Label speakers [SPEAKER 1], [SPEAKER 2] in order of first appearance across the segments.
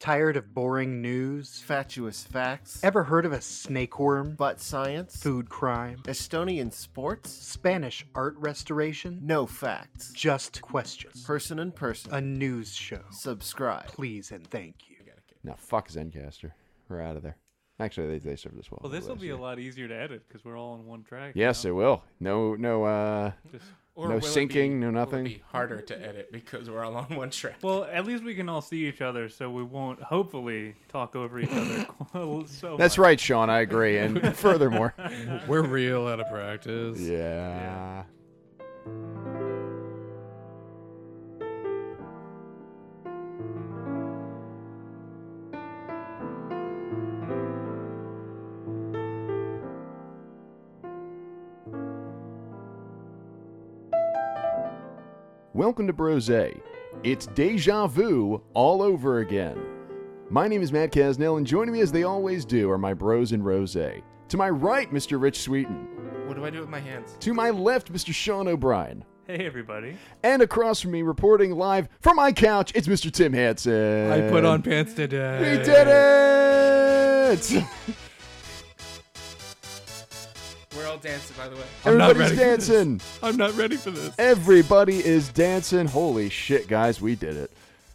[SPEAKER 1] Tired of boring news?
[SPEAKER 2] Fatuous facts.
[SPEAKER 1] Ever heard of a snakeworm?
[SPEAKER 2] butt science.
[SPEAKER 1] Food crime?
[SPEAKER 2] Estonian sports.
[SPEAKER 1] Spanish art restoration?
[SPEAKER 2] No facts.
[SPEAKER 1] Just questions.
[SPEAKER 2] Person in person.
[SPEAKER 1] A news show.
[SPEAKER 2] Subscribe.
[SPEAKER 1] Please and thank you.
[SPEAKER 3] No, fuck Zencaster. We're out of there. Actually, they, they served us well.
[SPEAKER 4] Well, this will
[SPEAKER 3] last
[SPEAKER 4] be a
[SPEAKER 3] year.
[SPEAKER 4] lot easier to edit because we're all on one track.
[SPEAKER 3] Yes, it will. No, no. uh
[SPEAKER 4] Just,
[SPEAKER 3] No
[SPEAKER 5] will it be-
[SPEAKER 3] syncing, no
[SPEAKER 5] will it
[SPEAKER 3] nothing?
[SPEAKER 5] be harder to edit because we're all on one track.
[SPEAKER 4] well, at least we can all see each other, so we won't hopefully talk over each other. so
[SPEAKER 3] That's right, Sean. I agree. And furthermore,
[SPEAKER 6] We're real out of practice.
[SPEAKER 3] yeah. Welcome to Brose. It's deja vu all over again. My name is Matt Casnell, and joining me as they always do are my bros and Rose. To my right, Mr. Rich Sweeten.
[SPEAKER 5] What do I do with my hands?
[SPEAKER 3] To my left, Mr. Sean O'Brien.
[SPEAKER 4] Hey, everybody.
[SPEAKER 3] And across from me, reporting live from my couch, it's Mr. Tim Hansen.
[SPEAKER 6] I put on pants today.
[SPEAKER 3] We did it!
[SPEAKER 5] We're all dancing, by the way.
[SPEAKER 6] I'm not
[SPEAKER 3] Everybody's
[SPEAKER 6] ready for this.
[SPEAKER 3] dancing.
[SPEAKER 6] I'm not ready for this.
[SPEAKER 3] Everybody is dancing. Holy shit, guys, we did it.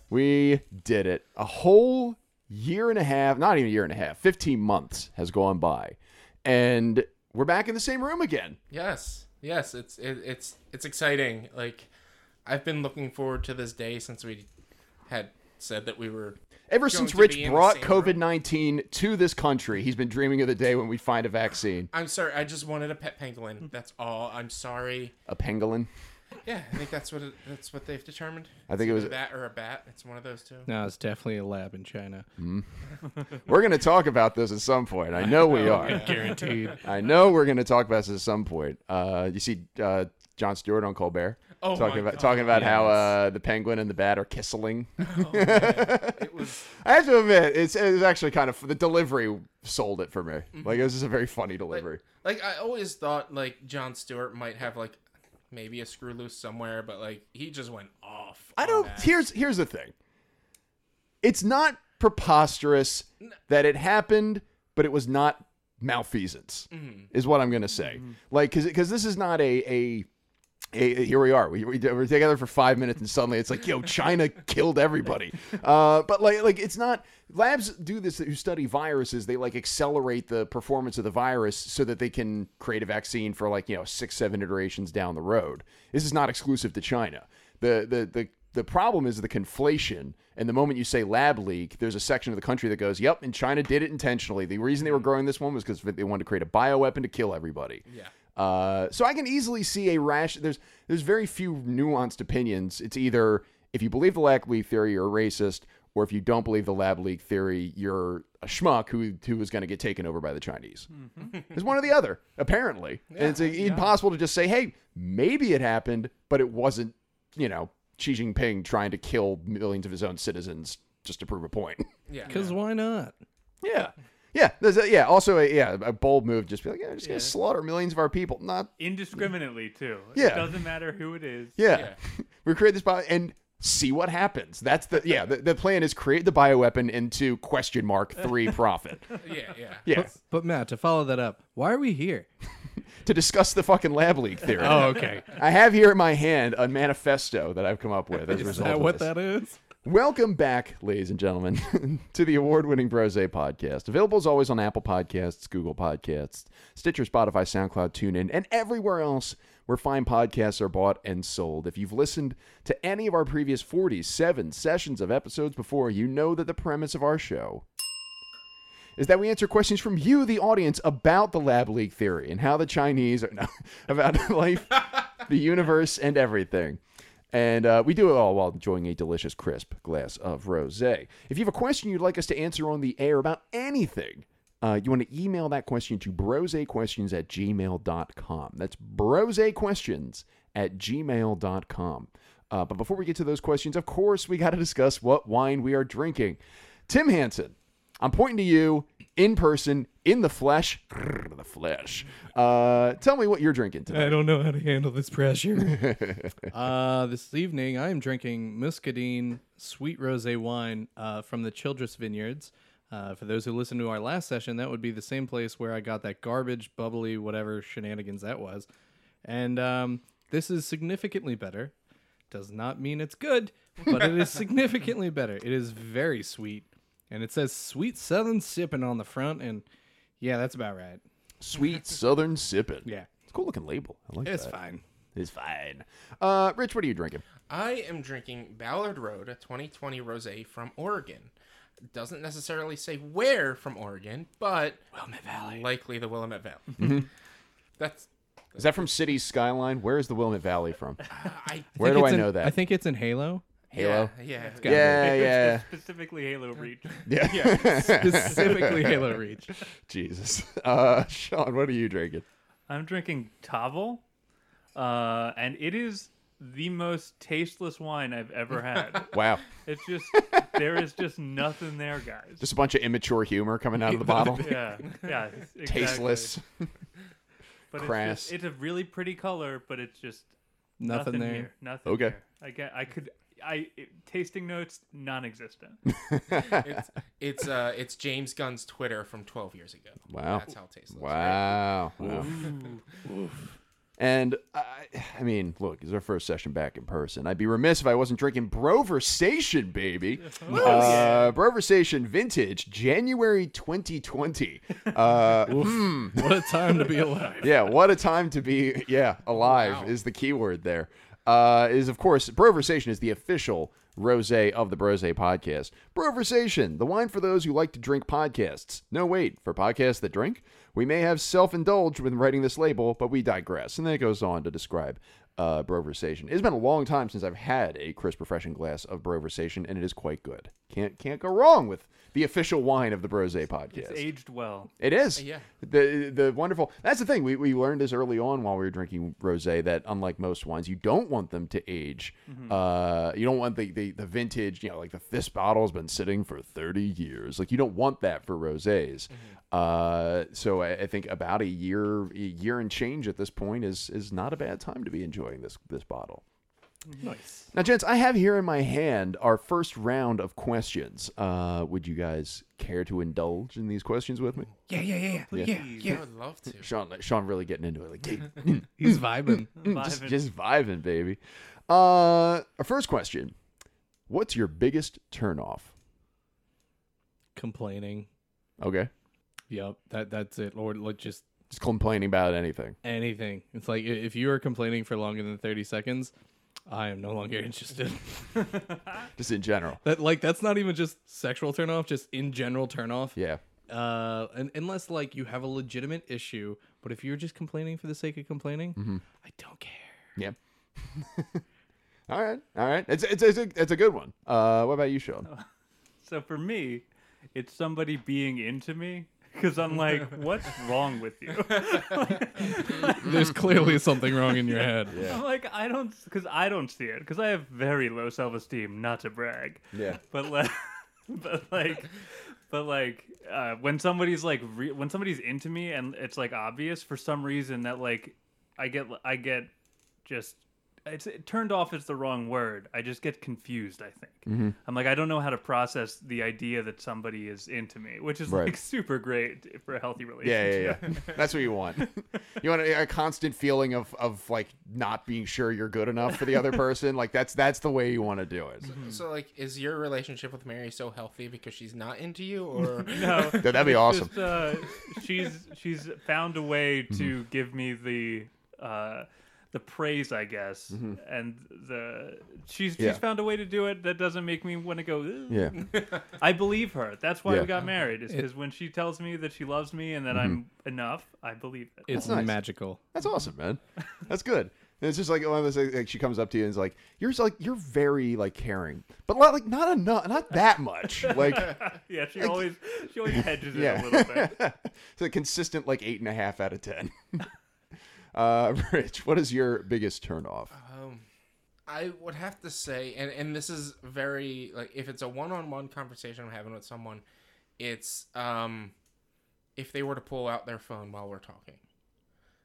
[SPEAKER 3] We did it. A whole year and a half, not even a year and a half, 15 months has gone by. And we're back in the same room again.
[SPEAKER 5] Yes, yes, it's it, it's it's exciting. Like I've been looking forward to this day since we had said that we were.
[SPEAKER 3] Ever
[SPEAKER 5] Going
[SPEAKER 3] since
[SPEAKER 5] to
[SPEAKER 3] Rich
[SPEAKER 5] be in the
[SPEAKER 3] brought
[SPEAKER 5] same room.
[SPEAKER 3] COVID 19 to this country, he's been dreaming of the day when we find a vaccine.
[SPEAKER 5] I'm sorry. I just wanted a pet
[SPEAKER 6] Mm-hmm.
[SPEAKER 5] pangolin. That's all. I'm sorry.
[SPEAKER 3] A pangolin.
[SPEAKER 5] Yeah, I think that's what it, that's what they've determined.
[SPEAKER 3] I think it was.
[SPEAKER 5] That or a bat. It's one of those two.
[SPEAKER 6] No, it's definitely a lab in China.
[SPEAKER 3] We're going to talk about this at some point. I know
[SPEAKER 5] Oh,
[SPEAKER 3] we are.
[SPEAKER 6] Guaranteed.
[SPEAKER 3] I know we're going to talk about this at some point. Uh, you see, uh, John Stewart on Colbert
[SPEAKER 5] Oh
[SPEAKER 3] talking
[SPEAKER 5] my
[SPEAKER 3] about
[SPEAKER 5] God,
[SPEAKER 3] talking about how
[SPEAKER 6] yes.
[SPEAKER 3] uh, the penguin and the bat are kissling.
[SPEAKER 5] Oh, It was.
[SPEAKER 3] I have to admit, it's it was actually kind of the delivery sold it for me. Like it was just a very funny delivery.
[SPEAKER 5] Like I always thought, like John Stewart might have like maybe a screw loose somewhere, but like he just went off.
[SPEAKER 3] I
[SPEAKER 5] on
[SPEAKER 3] don't.
[SPEAKER 5] that.
[SPEAKER 3] Here's here's the thing. It's not preposterous that it happened, but it was not malfeasance, is what I'm gonna say. Like, because because this is not a a. a- here we are. We, we we're together for five minutes, and suddenly it's like, yo, China killed everybody. Uh, but like, like it's not. Labs do this who study viruses. They like accelerate the performance of the virus so that they can create a vaccine for like you know six, seven iterations down the road. This is not exclusive to China the the the the problem is the conflation and the moment you say lab leak there's a section of the country that goes yep and china did it intentionally the reason they were growing this one was because they wanted to create a bioweapon to kill everybody
[SPEAKER 5] Yeah.
[SPEAKER 3] uh, so i can easily see a rash there's there's very few nuanced opinions it's either if you believe the lab leak theory you're a racist or if you don't believe the lab leak theory you're a schmuck who who is going to get taken over by the chinese it's one or the other, apparently. and it's uh, impossible to just say, hey, maybe it happened, but it wasn't, you know, Xi Jinping trying to kill millions of his own citizens just to prove a point.
[SPEAKER 5] Yeah.
[SPEAKER 6] Because why not?
[SPEAKER 3] yeah. Yeah. There's a, yeah. Also, a, yeah, a bold move. Just be like, yeah, we're just going to slaughter millions of our people. Not,
[SPEAKER 4] Indiscriminately, too.
[SPEAKER 3] Yeah.
[SPEAKER 4] It doesn't matter who it is.
[SPEAKER 3] yeah. we create this bio and see what happens. That's the, yeah, the, the plan is create the bioweapon into question mark three profit.
[SPEAKER 5] Yeah. Yeah.
[SPEAKER 3] Yeah.
[SPEAKER 6] But Matt, to follow that up, why are we here?
[SPEAKER 3] to discuss the fucking lab leak theory.
[SPEAKER 6] Oh, okay.
[SPEAKER 3] I have here in my hand a manifesto that I've come up with as a
[SPEAKER 6] Is
[SPEAKER 3] result
[SPEAKER 6] that
[SPEAKER 3] of
[SPEAKER 6] what
[SPEAKER 3] this.
[SPEAKER 6] that is?
[SPEAKER 3] Welcome back, ladies and gentlemen, to the award winning Brose podcast. Available as always on Apple Podcasts, Google Podcasts, Stitcher, Spotify, SoundCloud, TuneIn, and everywhere else where fine podcasts are bought and sold. If you've listened to any of our previous 47 sessions of episodes before, you know that the premise of our show is that we answer questions from you, the audience, about the lab leak theory and how the Chinese are no, about life, the universe, and everything. And uh, we do it all while enjoying a delicious, crisp glass of rosé. If you have a question you'd like us to answer on the air about anything, uh, you want to email that question to brosequestions at gmail.com. That's brosequestions at gmail.com. Uh, but before we get to those questions, of course, we got to discuss what wine we are drinking. Tim Hansen, I'm pointing to you in person in the flesh, grrr, the flesh. Uh, tell me what you're drinking
[SPEAKER 6] I
[SPEAKER 3] tonight.
[SPEAKER 6] don't know how to handle this pressure. uh, this evening, I am drinking Muscadine sweet rosé wine uh, from the Childress Vineyards. Uh, for those who listened to our last session, that would be the same place where I got that garbage, bubbly, whatever shenanigans that was. And um, this is significantly better. Does not mean it's good, but it is significantly better. It is very sweet. And it says sweet southern sipping on the front. And yeah, that's about right.
[SPEAKER 3] Sweet Southern sippin'.
[SPEAKER 6] Yeah.
[SPEAKER 3] It's a cool looking label. I like
[SPEAKER 6] It's
[SPEAKER 3] that.
[SPEAKER 6] fine.
[SPEAKER 3] It's fine. Uh, Rich, what are you drinking?
[SPEAKER 5] I am drinking Ballard Road, a 2020 rosé from Oregon. Doesn't necessarily say where from Oregon, but Willamette Valley, likely the Willamette Valley. That's
[SPEAKER 3] Is that from City Skyline? Where is the Willamette Valley from?
[SPEAKER 5] uh, I
[SPEAKER 3] Where do
[SPEAKER 6] think
[SPEAKER 3] I
[SPEAKER 6] it's in-
[SPEAKER 3] know that?
[SPEAKER 6] I think it's in Halo.
[SPEAKER 3] Halo?
[SPEAKER 5] Yeah, yeah. It's
[SPEAKER 6] got-
[SPEAKER 3] Yeah,
[SPEAKER 4] It's-
[SPEAKER 3] yeah.
[SPEAKER 4] it's Specifically Halo Reach.
[SPEAKER 3] Yeah.
[SPEAKER 6] specifically Halo Reach.
[SPEAKER 3] Jesus. Uh, Sean, what are you drinking?
[SPEAKER 4] I'm drinking Tavel, uh, and it is the most tasteless wine I've ever had.
[SPEAKER 3] Wow.
[SPEAKER 4] it's just there is just nothing there, guys.
[SPEAKER 3] Just a bunch of immature humor coming out of the bottle.
[SPEAKER 4] yeah, yeah, exactly.
[SPEAKER 3] Tasteless.
[SPEAKER 4] but It's,
[SPEAKER 3] crass.
[SPEAKER 4] just, it's a really pretty color, but it's just
[SPEAKER 6] Nothing, there.
[SPEAKER 4] Here, nothing.
[SPEAKER 3] Okay.
[SPEAKER 4] here. I get. I could. I it- tasting notes non-existent.
[SPEAKER 5] it's it's uh it's James Gunn's Twitter from 12 years ago.
[SPEAKER 3] Wow.
[SPEAKER 5] that's how tasteless.
[SPEAKER 3] Wow. Wow. And I, I mean, look, it's our first session back in person. I'd be remiss if I wasn't drinking Broversation, baby. Uh, Broversation Vintage, January 2020. Uh,
[SPEAKER 6] What a time to be alive.
[SPEAKER 3] yeah, what a time to be yeah alive is the key word there. Uh, is of course Broversation is the official rosé of the Brosé podcast. Broversation, the wine for those who like to drink podcasts. No wait, for podcasts that drink, we may have self-indulged when writing this label, but we digress. And then it goes on to describe uh, Broversation. It's been a long time since I've had a crisp, refreshing glass of Broversation, and it is quite good. Can't can't go wrong with the official wine of the Brosé podcast.
[SPEAKER 4] It's aged well.
[SPEAKER 3] It is.
[SPEAKER 5] Yeah.
[SPEAKER 3] The the wonderful. That's the thing. We, we learned this early on while we were drinking rosé that unlike most wines, you don't want them to age. Uh, you don't want the, the the vintage. You know, like the this bottle's been sitting for thirty years. Like you don't want that for rosés. Uh, so I, I think about a year a year and change at this point is is not a bad time to be enjoying this this bottle.
[SPEAKER 6] Nice.
[SPEAKER 3] Now, gents, I have here in my hand our first round of questions. Uh, would you guys care to indulge in these questions with me?
[SPEAKER 6] Yeah, yeah, yeah, yeah, yeah.
[SPEAKER 5] Yeah, I would love to.
[SPEAKER 3] Sean, like, Sean really getting into it. Like, "Hey,
[SPEAKER 6] He's Mm-hmm. vibing.
[SPEAKER 3] just,
[SPEAKER 4] Vibing.
[SPEAKER 3] just vibing, baby. Uh, our first question: What's your biggest turnoff?
[SPEAKER 6] Complaining.
[SPEAKER 3] Okay,
[SPEAKER 6] Yep. That that's it. Or like just
[SPEAKER 3] just complaining about anything.
[SPEAKER 6] anything. It's like i- if you are complaining for longer than thirty seconds, I am no longer interested.
[SPEAKER 3] Just in general.
[SPEAKER 6] that like that's not even just sexual turnoff, just in general turnoff.
[SPEAKER 3] Yeah.
[SPEAKER 6] Uh, and unless like you have a legitimate issue, but if you're just complaining for the sake of complaining,
[SPEAKER 3] Mm-hmm.
[SPEAKER 6] I don't care.
[SPEAKER 3] Yeah. all right. All right. It's it's it's a, it's a good one. Uh, what about you, Sean?
[SPEAKER 4] So for me, it's somebody being into me because I'm like, what's wrong with you?
[SPEAKER 6] There's clearly something wrong in your head.
[SPEAKER 4] I'm like, I don't, because I don't see it, because I have very low self esteem, not to brag.
[SPEAKER 3] Yeah.
[SPEAKER 4] But like, but like, but like, uh, when somebody's like, re- when somebody's into me and it's like obvious for some reason that like, I get, I get just. It's it, turned off is the wrong word. I just get confused. I think
[SPEAKER 3] Mm-hmm.
[SPEAKER 4] I'm like I don't know how to process the idea that somebody is into me, which is
[SPEAKER 3] Right.
[SPEAKER 4] like super great for a healthy relationship.
[SPEAKER 3] Yeah, yeah, yeah. That's what you want. You want a, a constant feeling of of like not being sure you're good enough for the other person. Like that's that's the way you want to do it.
[SPEAKER 5] So, like, is your relationship with Mary so healthy because she's not into you, or
[SPEAKER 4] No,
[SPEAKER 3] Yeah, that'd be
[SPEAKER 4] it's
[SPEAKER 3] awesome.
[SPEAKER 4] just, uh, she's she's found a way
[SPEAKER 3] Mm-hmm.
[SPEAKER 4] to give me the uh, the praise, I guess, and the she's
[SPEAKER 3] Mm-hmm. Yeah.
[SPEAKER 4] she's found a way to do it that doesn't make me want to go. "Ugh."
[SPEAKER 3] Yeah.
[SPEAKER 4] I believe her. That's why
[SPEAKER 3] Yeah. Mm-hmm.
[SPEAKER 4] we got married. Is because when she tells me that she loves me and that I'm enough, I believe it.
[SPEAKER 6] It's
[SPEAKER 3] nice.
[SPEAKER 6] magical.
[SPEAKER 3] That's awesome, man. That's good. And it's just like one of those things, like she comes up to you and is like, "You're like you're very like caring, but not, like not enough, not that much." Like
[SPEAKER 4] yeah, she always she always hedges
[SPEAKER 3] yeah.
[SPEAKER 4] it a little bit.
[SPEAKER 3] it's a consistent like eight and a half out of ten. uh, Rich, what is your biggest turnoff?
[SPEAKER 6] Uh,
[SPEAKER 5] I would have to say, and and this is very like if it's a one on one conversation I'm having with someone, it's um, if they were to pull out their phone while we're talking.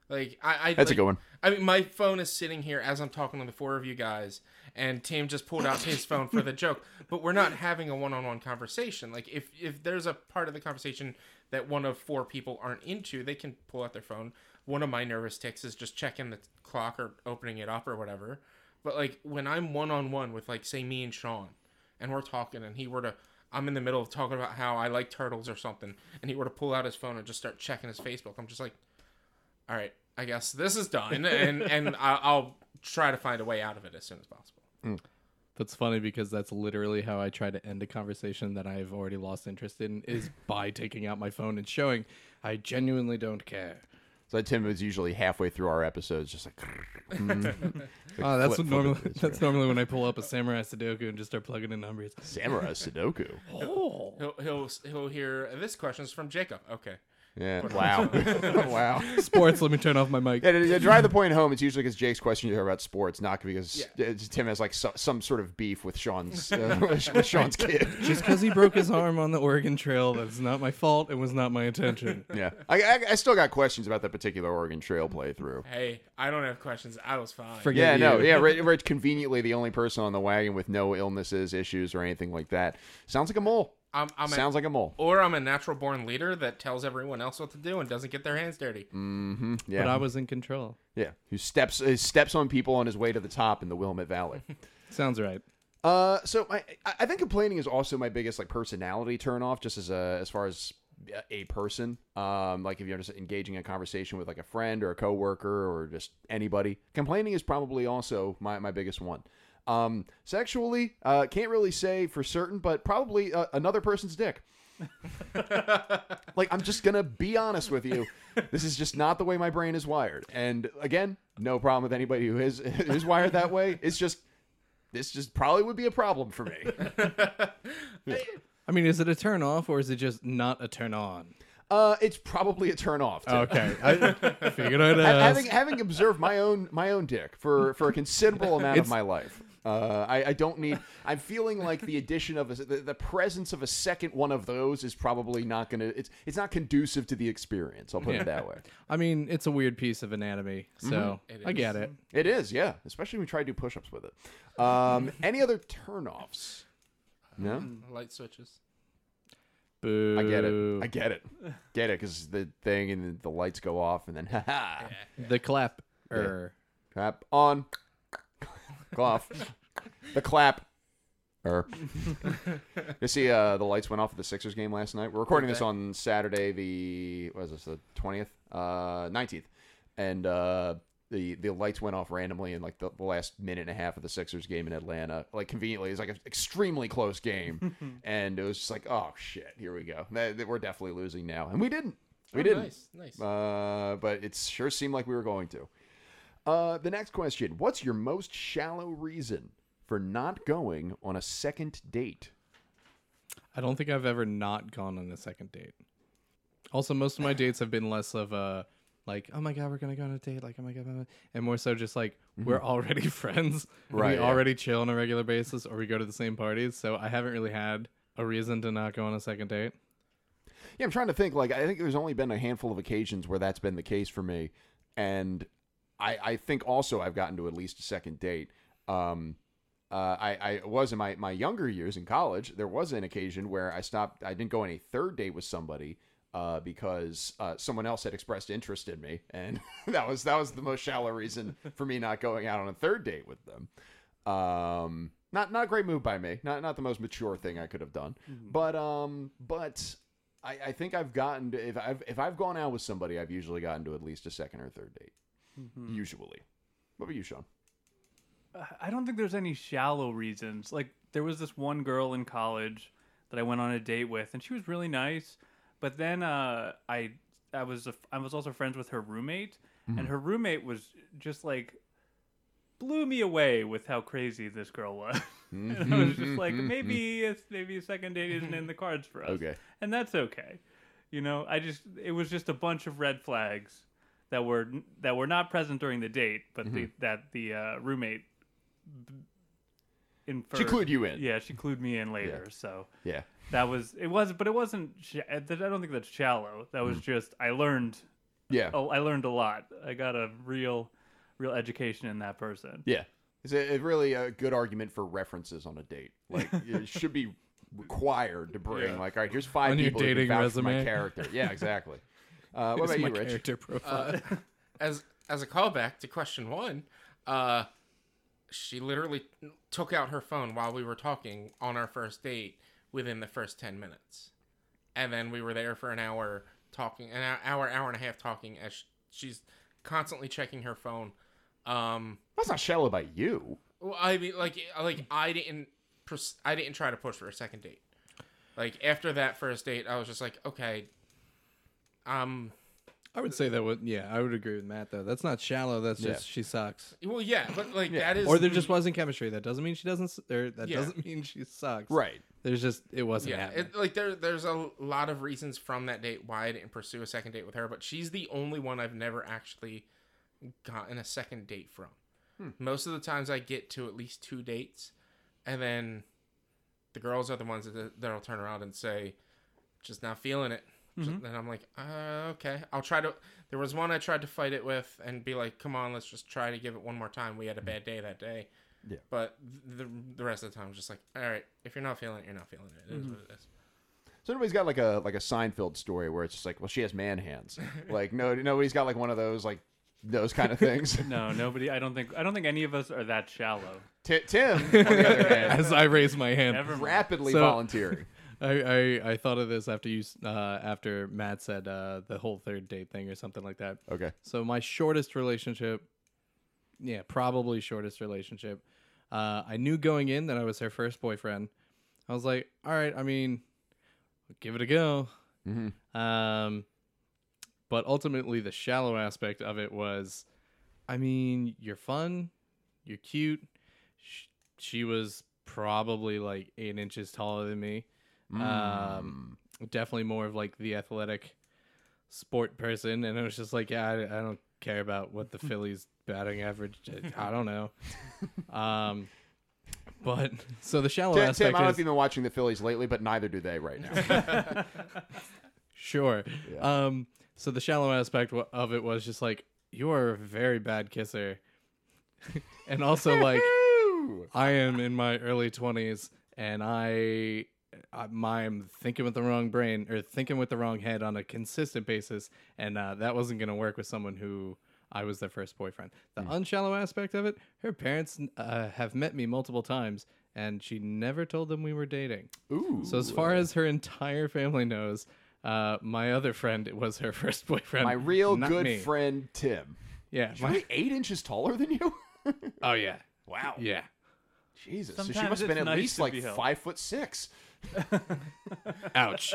[SPEAKER 5] Like I, I
[SPEAKER 3] That's a
[SPEAKER 5] like-
[SPEAKER 3] good one.
[SPEAKER 5] I mean, my phone is sitting here as I'm talking to the four of you guys, and Tim just pulled out his phone for the joke. But we're not having a one-on-one conversation. Like if if there's a part of the conversation that one of four people aren't into, they can pull out their phone. One of my nervous ticks is just checking the clock or opening it up or whatever. But like when I'm one-on-one with like say me and Sean, and we're talking, and he were to I'm in the middle of talking about how I like turtles or something, and he were to pull out his phone and just start checking his Facebook. I'm just like, all right, I guess this is done, and and I'll, I'll try to find a way out of it as soon as possible.
[SPEAKER 6] That's funny because that's literally how I try to end a conversation that I've already lost interest in is by taking out my phone and showing I genuinely don't care.
[SPEAKER 3] So Tim is usually halfway through our episodes, just like. mm.
[SPEAKER 6] Oh, that's
[SPEAKER 3] flip- flip
[SPEAKER 6] what
[SPEAKER 3] it
[SPEAKER 6] normally
[SPEAKER 3] this
[SPEAKER 6] that's normally when I pull up a samurai sudoku and just start plugging in numbers.
[SPEAKER 3] Samurai Sudoku.
[SPEAKER 6] Oh,
[SPEAKER 5] He'll he'll he'll hear this question is from Jacob. Okay,
[SPEAKER 3] Yeah. Wow. wow.
[SPEAKER 6] sports. let me turn off my mic.
[SPEAKER 3] Yeah, to, to drive the point home, it's usually because Jake's question you hear about sports, not because uh, it's- Tim has like so, some sort of beef with Sean's uh, with Sean's kid.
[SPEAKER 6] Just because he broke his arm on the Oregon Trail, that's not my fault. It was not my intention.
[SPEAKER 3] Yeah, I, I, I still got questions about that particular Oregon Trail playthrough.
[SPEAKER 5] hey, I don't have questions. I was fine.
[SPEAKER 6] Forget
[SPEAKER 3] Yeah, no,
[SPEAKER 6] you.
[SPEAKER 3] yeah, right, right. Conveniently, the only person on the wagon with no illnesses, issues, or anything like that. Sounds like a mole.
[SPEAKER 5] I'm, I'm
[SPEAKER 3] Sounds
[SPEAKER 5] a,
[SPEAKER 3] like a mole.
[SPEAKER 5] or I'm a natural born leader that tells everyone else what to do and doesn't get their hands dirty.
[SPEAKER 3] Mm. Yeah,
[SPEAKER 6] But I was in control.
[SPEAKER 3] yeah. Who steps uh, steps on people on his way to the top in the Willamette Valley.
[SPEAKER 6] Sounds right.
[SPEAKER 3] Uh, so my, I I think complaining is also my biggest like personality turnoff, just as a as far as uh, a person. Um, like if you're just engaging in a conversation with like a friend or a coworker or just anybody, complaining is probably also my my biggest one. Um, sexually, uh, can't really say for certain, but probably uh, another person's dick. like I'm just gonna be honest with you, this is just not the way my brain is wired. And again, no problem with anybody who is is wired that way. It's just this just probably would be a problem for me.
[SPEAKER 6] I mean, is it a turn off or is it just not a turn on?
[SPEAKER 3] uh, it's probably a turn off. Tim.
[SPEAKER 6] Okay, Uh, I figured I'd
[SPEAKER 3] Ha-
[SPEAKER 6] ask.
[SPEAKER 3] Having having observed my own my own dick for for a considerable amount of my life, uh, I, I don't need. I'm feeling like the addition of a, the, the presence of a second one of those is probably not gonna. It's it's not conducive to the experience. I'll put it that way.
[SPEAKER 6] I mean, it's a weird piece of anatomy,
[SPEAKER 3] Mm-hmm.
[SPEAKER 6] so I get it.
[SPEAKER 3] It is, yeah. Especially when we try to do push-ups with it. Um, any other turn-offs? No,
[SPEAKER 5] Light switches.
[SPEAKER 6] Boo.
[SPEAKER 3] I get it. I get it. Get it because the thing and the, the lights go off and then ha ha.
[SPEAKER 6] The clap. Er.
[SPEAKER 3] Clap on. Cough. The clap. Er. you see, uh, the lights went off at the Sixers game last night. We're recording this on Saturday, the what is this, the twentieth, Uh, nineteenth, and uh, the the lights went off randomly in like the, the last minute and a half of the Sixers game in Atlanta. Like conveniently, it's like an extremely close game, and it was just like, oh shit, here we go. That- that- We're definitely losing now, and we didn't. We
[SPEAKER 5] Oh,
[SPEAKER 3] didn't.
[SPEAKER 5] Nice, nice.
[SPEAKER 3] Uh, but it sure seemed like we were going to. Uh, the next question What's your most shallow reason for not going on a second date?
[SPEAKER 6] I don't think I've ever not gone on a second date. Also, most of my dates have been less of a like, oh my god, we're gonna go on a date, like, oh my god, blah, blah," and more so just like we're already friends, and
[SPEAKER 3] Mm-hmm. Right,
[SPEAKER 6] We
[SPEAKER 3] yeah.
[SPEAKER 6] already chill on a regular basis, or we go to the same parties. So I haven't really had a reason to not go on a second date.
[SPEAKER 3] Yeah, I'm trying to think. Like, I think there's only been a handful of occasions where that's been the case for me, and I, I think also I've gotten to at least a second date. Um, uh, I, I was in my, my younger years in college. There was an occasion where I stopped. I didn't go on a third date with somebody uh, because uh, someone else had expressed interest in me, and that was that was the most shallow reason for me not going out on a third date with them. Um, not not a great move by me. Not not the most mature thing I could have done. But um, but I, I think I've gotten to, if I've if I've gone out with somebody, I've usually gotten to at least a second or third date. Usually. What about you, Sean?
[SPEAKER 4] I don't think there's any shallow reasons. Like there was this one girl in college that I went on a date with, and she was really nice. But then uh, I I was a, I was also friends with her roommate, and her roommate was just like blew me away with how crazy this girl was. and I was just like, maybe it's, maybe a second date isn't in the cards for
[SPEAKER 6] Uh,
[SPEAKER 4] us.
[SPEAKER 3] Okay.
[SPEAKER 4] and that's okay. You know, I just it was just a bunch of red flags that were that
[SPEAKER 3] Mm-hmm.
[SPEAKER 4] were not present during the date, but the, that the uh, roommate inferred.
[SPEAKER 3] She clued you in.
[SPEAKER 4] Yeah, she clued me in later. So
[SPEAKER 3] Yeah.
[SPEAKER 4] that was it. Was but it wasn't. sh- I don't think that's shallow. That
[SPEAKER 3] Mm.
[SPEAKER 4] was just I learned.
[SPEAKER 3] Yeah.
[SPEAKER 4] Oh, I learned a lot. I got a real, real education in that person.
[SPEAKER 3] Yeah. It's a, a really a good argument for references on a date. Like it should be required to bring. Like, all right, here's five
[SPEAKER 6] On your
[SPEAKER 3] people who can
[SPEAKER 6] dating
[SPEAKER 3] vouch for my
[SPEAKER 6] resume.
[SPEAKER 3] character. Yeah, exactly. Uh, what about
[SPEAKER 6] my
[SPEAKER 3] you, Rich?
[SPEAKER 6] character profile.
[SPEAKER 5] as as a callback to question one, uh, she literally took out her phone while we were talking on our first date within the first ten minutes, and then we were there for an hour talking, an hou- hour hour and a half talking as sh- she's constantly checking her phone. Um,
[SPEAKER 3] That's not shallow about you.
[SPEAKER 5] well, I mean, like, like I didn't, pers- I didn't try to push for a second date. Like after that first date, I was just like, okay, um,
[SPEAKER 6] I would say that would yeah, I would agree with Matt though. That's not shallow. That's
[SPEAKER 3] Yeah.
[SPEAKER 6] just she sucks.
[SPEAKER 5] well, yeah, but like that is
[SPEAKER 6] Or there just wasn't chemistry. That doesn't mean she doesn't. s- Or that
[SPEAKER 5] Yeah.
[SPEAKER 6] doesn't mean she sucks.
[SPEAKER 3] Right.
[SPEAKER 6] There's just it wasn't.
[SPEAKER 5] yeah
[SPEAKER 6] happening.
[SPEAKER 5] it, like there there's a lot of reasons from that date why i didn't pursue a second date with her but she's the only one i've never actually gotten a second date from most of the times i get to at least two dates and then the girls are the ones that, that'll turn around and say just not feeling it Just- and i'm like uh, okay i'll try to there was one i tried to fight it with and be like come on let's just try to give it one more time we had a bad day that day
[SPEAKER 3] Yeah.
[SPEAKER 5] but th- the, the rest of the time, I'm just like, all right, if you're not feeling it, you're not feeling it. It is what it is.
[SPEAKER 3] So everybody's got like a like a Seinfeld story where it's just like, well, she has man hands. Like no, nobody's got like one of those like those kind of things.
[SPEAKER 4] No, nobody. I don't think. I don't think any of us are that shallow.
[SPEAKER 3] Ti Tim, on the other hand,
[SPEAKER 6] As I raise my hand,
[SPEAKER 4] Never mind.
[SPEAKER 3] rapidly
[SPEAKER 6] So-
[SPEAKER 3] volunteering.
[SPEAKER 6] I, I I thought of this after you s- uh, after Matt said uh, the whole third date thing or something like that.
[SPEAKER 3] Okay.
[SPEAKER 6] So my shortest relationship, yeah, probably shortest relationship. Uh, I knew going in that I was her first boyfriend. I was like, all right, I mean, give it a go.
[SPEAKER 3] Mm-hmm.
[SPEAKER 6] Um, but ultimately, the shallow aspect of it was, I mean, you're fun, you're cute. She, she was probably like eight inches taller than me. Um,
[SPEAKER 3] Mm.
[SPEAKER 6] definitely more of like the athletic sport person, and I was just like, yeah, I, I don't care about what the Phillies batting average. I don't know. Um, but so the shallow
[SPEAKER 3] Tim, Tim,
[SPEAKER 6] aspect
[SPEAKER 3] I don't know
[SPEAKER 6] is
[SPEAKER 3] if you've been watching the Phillies lately, but neither do they right now.
[SPEAKER 6] Sure. Um, so the shallow aspect wa- of it was just like you are a very bad kisser, and also like I am in my early twenties, and I, I my, I'm thinking with the wrong brain or thinking with the wrong head on a consistent basis, and uh, that wasn't gonna work with someone who. I was their first boyfriend. The unshallow aspect of it, her parents uh, have met me multiple times, and she never told them we were dating.
[SPEAKER 3] Ooh.
[SPEAKER 6] So as far as her entire family knows, uh, my other friend was her first boyfriend.
[SPEAKER 3] my real
[SPEAKER 6] not
[SPEAKER 3] good
[SPEAKER 6] me.
[SPEAKER 3] friend Tim.
[SPEAKER 6] Yeah.
[SPEAKER 3] She's
[SPEAKER 6] my-
[SPEAKER 3] only eight inches taller than you.
[SPEAKER 6] oh yeah.
[SPEAKER 3] wow.
[SPEAKER 6] Yeah.
[SPEAKER 3] Jesus. so she
[SPEAKER 4] Sometimes
[SPEAKER 3] must have
[SPEAKER 4] it's
[SPEAKER 3] been at
[SPEAKER 4] nice
[SPEAKER 3] least
[SPEAKER 4] to
[SPEAKER 3] like
[SPEAKER 4] be held.
[SPEAKER 3] five foot six.
[SPEAKER 6] Ouch.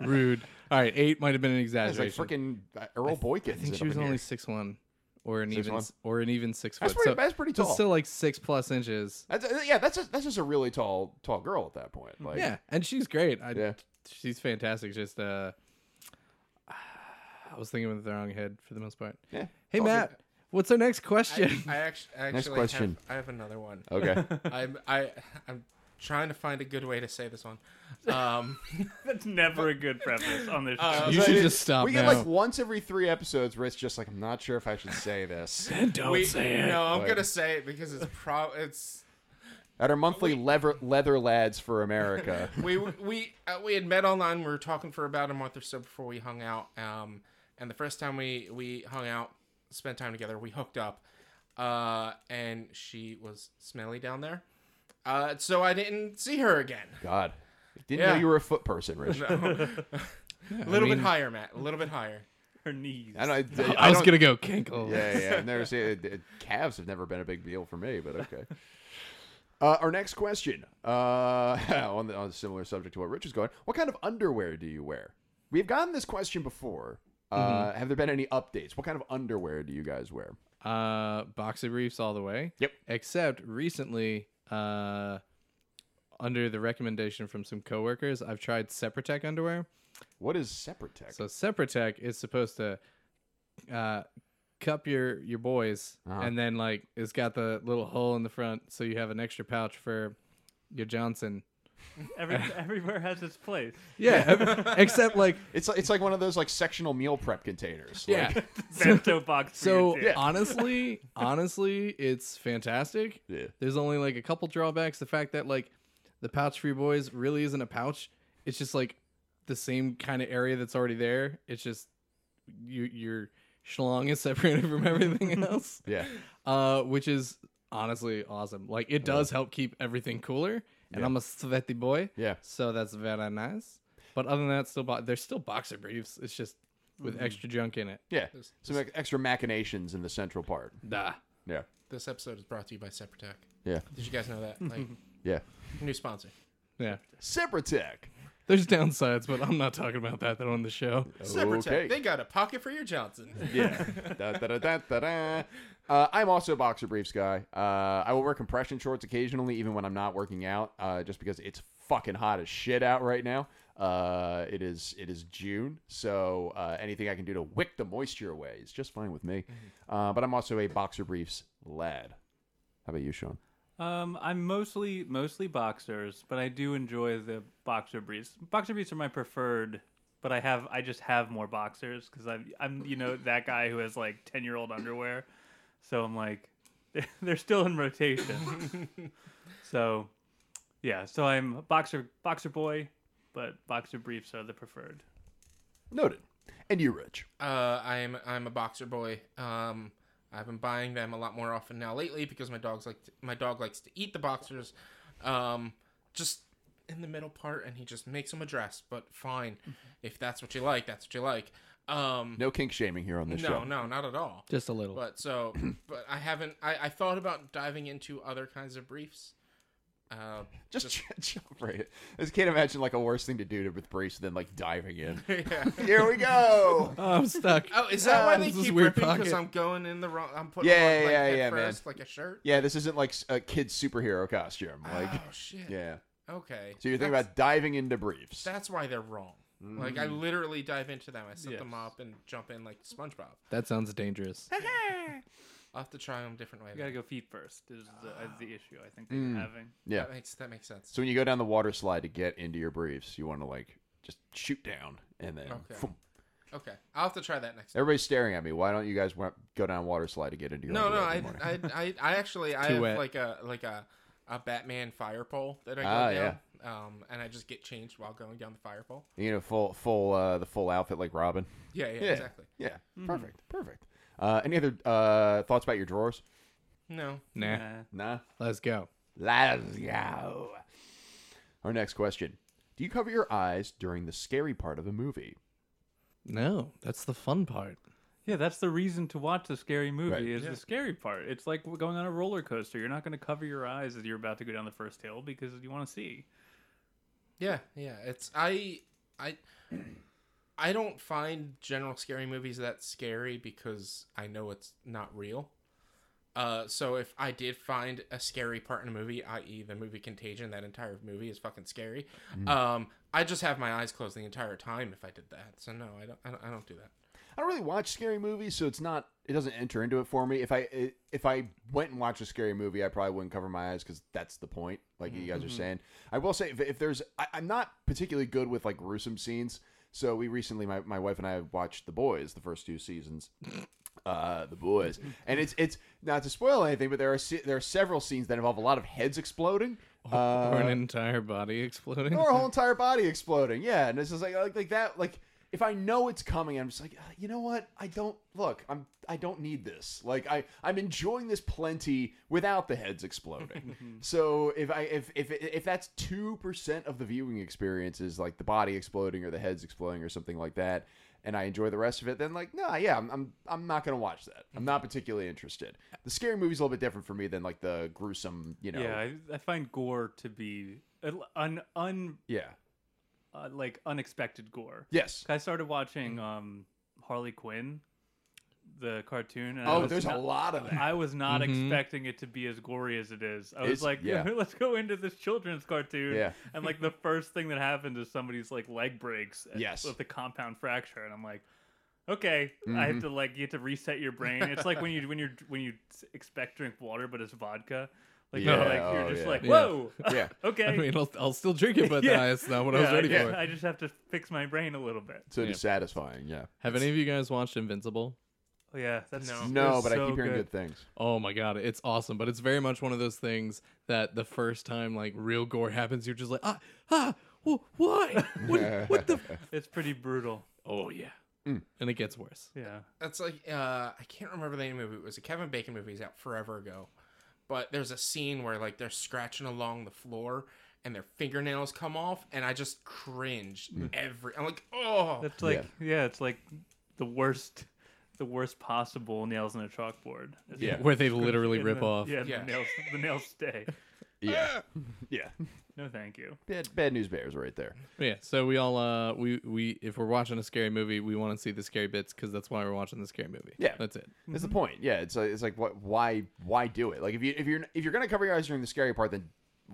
[SPEAKER 6] Rude. All right, eight might have been an
[SPEAKER 3] It's like
[SPEAKER 6] exaggeration.
[SPEAKER 3] freaking uh, Earl Boykins.
[SPEAKER 6] I think
[SPEAKER 3] up
[SPEAKER 6] she was
[SPEAKER 3] in here.
[SPEAKER 6] only six one, or an even
[SPEAKER 3] 6'1"?
[SPEAKER 6] s- or an even six foot.
[SPEAKER 3] That's pretty-
[SPEAKER 6] so
[SPEAKER 3] that's pretty tall.
[SPEAKER 6] still like six plus inches.
[SPEAKER 3] That's, uh, yeah, that's just, that's just a really tall tall girl at that point. Like,
[SPEAKER 6] Yeah, and she's great. I,
[SPEAKER 3] Yeah.
[SPEAKER 6] She's fantastic. Just uh, I was thinking with the wrong head for the most part.
[SPEAKER 3] yeah.
[SPEAKER 6] Hey
[SPEAKER 3] All good.
[SPEAKER 6] Matt, what's our next question?
[SPEAKER 5] I actually, I actually
[SPEAKER 3] Next question.
[SPEAKER 5] Have, I have another one.
[SPEAKER 3] Okay.
[SPEAKER 5] I'm, I, I'm trying to find a good way to say this one. Um,
[SPEAKER 4] That's never a good preface on this show.
[SPEAKER 6] you
[SPEAKER 3] So
[SPEAKER 6] should
[SPEAKER 3] it-
[SPEAKER 6] just stop
[SPEAKER 3] We
[SPEAKER 6] now.
[SPEAKER 3] get like once every three episodes where it's just like I'm not sure if I should say this.
[SPEAKER 6] Don't
[SPEAKER 5] we,
[SPEAKER 6] say it.
[SPEAKER 5] No, I'm
[SPEAKER 3] Wait.
[SPEAKER 5] gonna say it because it's pro. It's
[SPEAKER 3] At our monthly lever, Leather Lads for America.
[SPEAKER 5] we we uh, we had met online. We were talking for about a month or so before we hung out. Um, and the first time we we hung out, spent time together, we hooked up. Uh, and she was smelly down there. Uh, so I didn't see her again.
[SPEAKER 3] God. Didn't know
[SPEAKER 5] Yeah.
[SPEAKER 3] you were a foot person, Rich.
[SPEAKER 5] A little bit higher, Matt. A little bit higher.
[SPEAKER 4] Her knees.
[SPEAKER 3] I, don't- I,
[SPEAKER 6] I was
[SPEAKER 3] don't-
[SPEAKER 6] gonna go kinkle.
[SPEAKER 3] Yeah, yeah. I've never seen it. it- Calves have never been a big deal for me, but okay. Uh, our next question, uh, on, the, on a similar subject to what Rich is going, what kind of underwear do you wear? We've gotten this question before. Uh, Have there been any updates? What kind of underwear do you guys wear?
[SPEAKER 6] Uh, boxer briefs all the way.
[SPEAKER 3] Yep.
[SPEAKER 6] Except recently, uh, under the recommendation from some coworkers, I've tried Separatech underwear.
[SPEAKER 3] What is separate tech?
[SPEAKER 6] So Separatech is supposed to uh, cup your your boys,
[SPEAKER 3] Uh-huh.
[SPEAKER 6] and then like it's got the little hole in the front, so you have an extra pouch for your Johnson.
[SPEAKER 4] Every, everywhere has its place.
[SPEAKER 6] Yeah, except like
[SPEAKER 3] It's like, it's like one of those like sectional meal prep containers. Like,
[SPEAKER 2] Yeah.
[SPEAKER 4] Bento box. for your
[SPEAKER 6] so.
[SPEAKER 4] dick.
[SPEAKER 6] Honestly, honestly, it's fantastic.
[SPEAKER 3] Yeah.
[SPEAKER 6] There's only like a couple drawbacks. The fact that like the pouch for your boys really isn't a pouch. It's just like the same kind of area that's already there. It's just you your schlong is separated from everything else.
[SPEAKER 3] yeah.
[SPEAKER 6] uh, which is honestly awesome. Like it does help keep everything cooler, and
[SPEAKER 3] Yeah.
[SPEAKER 6] I'm a sweaty boy,
[SPEAKER 3] Yeah.
[SPEAKER 6] so that's very nice. But other than that, still bo- there's still boxer briefs. It's just with extra junk in it.
[SPEAKER 3] Yeah. Some ex- extra machinations in the central part.
[SPEAKER 6] Nah.
[SPEAKER 3] Yeah.
[SPEAKER 5] This episode is brought to you by Separatech.
[SPEAKER 3] Yeah.
[SPEAKER 5] Did you guys know that? Like
[SPEAKER 3] Yeah.
[SPEAKER 5] new sponsor.
[SPEAKER 6] Yeah,
[SPEAKER 3] Separatech.
[SPEAKER 6] there's downsides, but I'm not talking about that on the show.
[SPEAKER 5] Separatech.
[SPEAKER 3] Okay.
[SPEAKER 5] They got a pocket for your Johnson.
[SPEAKER 3] Yeah. da, da, da, da, da, da. Uh, I'm also a boxer briefs guy. Uh, I will wear compression shorts occasionally, even when I'm not working out, uh, just because it's fucking hot as shit out right now. Uh, it is it is June, so uh, anything I can do to wick the moisture away is just fine with me.
[SPEAKER 5] Mm-hmm.
[SPEAKER 3] Uh, but I'm also a boxer briefs lad. How about you, Sean?
[SPEAKER 4] Um, I'm mostly mostly boxers, but I do enjoy the boxer briefs. Boxer briefs are my preferred, but I have I just have more boxers because I'm I'm you know that guy who has like ten year old underwear, so I'm like they're still in rotation. so, yeah, so I'm a boxer boxer boy, but boxer briefs are the preferred.
[SPEAKER 3] Noted. And you, Rich?
[SPEAKER 5] Uh, I'm I'm a boxer boy. Um, I've been buying them a lot more often now lately because my dog's like to, my dog likes to eat the boxers, um, just in the middle part, and he just makes them a dress. But fine, if that's what you like, that's what you like. Um,
[SPEAKER 3] No kink shaming here on this show.
[SPEAKER 5] no, no, not at all.
[SPEAKER 6] Just a little.
[SPEAKER 5] But so, but I haven't. I, I thought about diving into other kinds of briefs. Uh,
[SPEAKER 3] Just, jump right. in. I just can't imagine like a worse thing to do to with briefs than like diving in.
[SPEAKER 5] yeah.
[SPEAKER 3] Here we go.
[SPEAKER 6] Oh, I'm stuck.
[SPEAKER 5] Oh, is
[SPEAKER 3] Ah,
[SPEAKER 5] that why they
[SPEAKER 6] This is
[SPEAKER 5] keep
[SPEAKER 6] weird
[SPEAKER 5] ripping? Because
[SPEAKER 6] pocket.
[SPEAKER 5] I'm going in the wrong. I'm putting
[SPEAKER 3] Yeah,
[SPEAKER 5] on, like,
[SPEAKER 3] yeah,
[SPEAKER 5] head
[SPEAKER 3] yeah, man.
[SPEAKER 5] first, like a shirt.
[SPEAKER 3] Yeah, this isn't like a kid's superhero costume. Like,
[SPEAKER 5] Oh shit.
[SPEAKER 3] yeah.
[SPEAKER 5] Okay.
[SPEAKER 3] So you're thinking
[SPEAKER 5] That's-
[SPEAKER 3] about Mm. diving into briefs.
[SPEAKER 5] That's why they're wrong. Like I literally dive into them. I set
[SPEAKER 4] Yes.
[SPEAKER 5] them up and jump in like SpongeBob.
[SPEAKER 6] That sounds dangerous.
[SPEAKER 5] I'll have to try them different way.
[SPEAKER 4] You gotta
[SPEAKER 5] then.
[SPEAKER 4] go feet first is the, is the issue I think they're having.
[SPEAKER 3] Yeah.
[SPEAKER 5] That makes that makes sense.
[SPEAKER 3] So when you go down the water slide to get into your briefs, you want to like just shoot down and then.
[SPEAKER 5] Okay.
[SPEAKER 3] phoom.
[SPEAKER 5] Okay, I'll have to try that next. time.
[SPEAKER 3] Everybody's staring at me. Why don't you guys wa- go down a water slide to get into your?
[SPEAKER 5] No, no,
[SPEAKER 3] underwear
[SPEAKER 5] I,
[SPEAKER 3] every morning?
[SPEAKER 5] I, I, I actually I
[SPEAKER 6] Too
[SPEAKER 5] have
[SPEAKER 6] wet.
[SPEAKER 5] like a like a a Batman fire pole that I go
[SPEAKER 3] Ah,
[SPEAKER 5] down. Um, and I just get changed while going down the fire pole.
[SPEAKER 3] you know, full, full, uh, the full outfit like Robin.
[SPEAKER 5] Yeah, yeah,
[SPEAKER 3] Yeah.
[SPEAKER 5] exactly.
[SPEAKER 3] Yeah.
[SPEAKER 5] Hmm.
[SPEAKER 3] Perfect. Perfect. Uh, any other uh, thoughts about your drawers?
[SPEAKER 5] No,
[SPEAKER 6] Nah.
[SPEAKER 4] Uh,
[SPEAKER 3] Nah.
[SPEAKER 6] Let's go.
[SPEAKER 3] Let's go. Our next question: Do you cover your eyes during the scary part of a movie?
[SPEAKER 6] No, that's the fun part.
[SPEAKER 4] Yeah, that's the reason to watch the scary movie
[SPEAKER 3] Right.
[SPEAKER 4] is the scary part. It's like we're going on a roller coaster. You're not going to cover your eyes as you're about to go down the first hill because you want to see.
[SPEAKER 5] Yeah, yeah. It's I I I don't find general scary movies that scary because I know it's not real. Uh, so if I did find a scary part in a movie, i.e., the movie Contagion, that entire movie is fucking scary. Um, I just have my eyes closed the entire time if I did that. So no, I don't. I don't, I don't do that.
[SPEAKER 3] I don't really watch scary movies, so it's not it doesn't enter into it for me. If I if I went and watched a scary movie, I probably wouldn't cover my eyes because that's the point. Like you guys are saying, I will say if, if there's I, I'm not particularly good with like gruesome scenes. So we recently, my, my wife and I watched The Boys, the first two seasons, uh, The Boys, and it's it's not to spoil anything, but there are se- there are several scenes that involve a lot of heads exploding.
[SPEAKER 6] Oh, or an
[SPEAKER 3] Uh,
[SPEAKER 6] entire body exploding.
[SPEAKER 3] or a whole entire body exploding. Yeah, and it's just like like, like that. Like if I know it's coming, I'm just like, "Ah, you know what? I don't look. I'm I don't need this. Like I I'm enjoying this plenty without the heads exploding.
[SPEAKER 4] Mhm.
[SPEAKER 3] so if I if if if that's two percent of the viewing experience is like the body exploding or the heads exploding or something like that. And I enjoy the rest of it. Then, like, nah, yeah, I'm, I'm, I'm not gonna watch that. I'm
[SPEAKER 4] Mm-hmm.
[SPEAKER 3] not particularly interested. The scary movie's a little bit different for me than like the gruesome, you know.
[SPEAKER 4] Yeah, I, I find gore to be an un
[SPEAKER 3] yeah.
[SPEAKER 4] uh, like unexpected gore.
[SPEAKER 3] Yes.
[SPEAKER 4] I started watching
[SPEAKER 3] Mm.
[SPEAKER 4] um Harley Quinn, the cartoon. And I
[SPEAKER 3] Oh,
[SPEAKER 4] was
[SPEAKER 3] there's a
[SPEAKER 4] not-
[SPEAKER 3] lot of that.
[SPEAKER 4] I was not
[SPEAKER 6] Mhm.
[SPEAKER 4] expecting it to be as gory as it is. I
[SPEAKER 3] Mm-hmm.
[SPEAKER 4] was
[SPEAKER 3] It's-
[SPEAKER 4] like,
[SPEAKER 3] yeah.
[SPEAKER 4] let's go into this children's cartoon.
[SPEAKER 3] Yeah.
[SPEAKER 4] And like the first thing that happens is somebody's like leg breaks
[SPEAKER 3] Yes.
[SPEAKER 4] with a compound fracture. And I'm like, okay, I
[SPEAKER 3] Mm-hmm.
[SPEAKER 4] have to like you have to reset your brain. It's like when you when you're when you expect to drink water, but it's vodka. Like, you're,
[SPEAKER 3] Yeah,
[SPEAKER 4] like you're
[SPEAKER 3] oh,
[SPEAKER 4] just
[SPEAKER 3] yeah.
[SPEAKER 4] like
[SPEAKER 6] Yeah.
[SPEAKER 4] whoa,
[SPEAKER 3] Yeah.
[SPEAKER 4] okay.
[SPEAKER 6] I mean, I'll, I'll still drink it, but
[SPEAKER 4] Yeah.
[SPEAKER 6] uh, it's not what I
[SPEAKER 4] Yeah,
[SPEAKER 6] was ready
[SPEAKER 4] just-
[SPEAKER 6] for.
[SPEAKER 4] I just have to fix my brain a little bit.
[SPEAKER 3] So dissatisfying, yeah.
[SPEAKER 6] Have any of you guys watched Invincible?
[SPEAKER 4] Oh, yeah, that's
[SPEAKER 5] No.
[SPEAKER 3] No,
[SPEAKER 4] that's
[SPEAKER 3] but I
[SPEAKER 4] so
[SPEAKER 3] keep hearing
[SPEAKER 4] good.
[SPEAKER 3] good things.
[SPEAKER 6] Oh my god, it's awesome, but it's very much one of those things that the first time like real gore happens, you're just like ah ah wh- why what, what the f-"
[SPEAKER 4] It's pretty brutal.
[SPEAKER 6] oh yeah, and it gets worse.
[SPEAKER 4] Yeah.
[SPEAKER 5] That's like uh, I can't remember the name of it. It was a Kevin Bacon movie. It was out forever ago, but there's a scene where like they're scratching along the floor and their fingernails come off, and I just cringed every. I'm like, oh,
[SPEAKER 4] That's like yeah. it's like the worst the worst possible nails on a chalkboard. It's
[SPEAKER 3] Yeah.
[SPEAKER 4] like-
[SPEAKER 6] Where they literally
[SPEAKER 4] and
[SPEAKER 6] rip
[SPEAKER 4] the-
[SPEAKER 6] off.
[SPEAKER 4] Yeah,
[SPEAKER 5] Yeah.
[SPEAKER 4] The, nails, the nails stay.
[SPEAKER 3] Yeah.
[SPEAKER 6] ah!
[SPEAKER 3] yeah.
[SPEAKER 4] No, thank you.
[SPEAKER 3] Bad, bad news bears right there.
[SPEAKER 6] Yeah, so we all uh we we if we're watching a scary movie, we want to see the scary bits because that's why we're watching the scary movie.
[SPEAKER 3] Yeah.
[SPEAKER 6] that's it.
[SPEAKER 3] That's the point. Yeah, it's like, it's like what why why do it? Like if you if you're if you're going to cover your eyes during the scary part then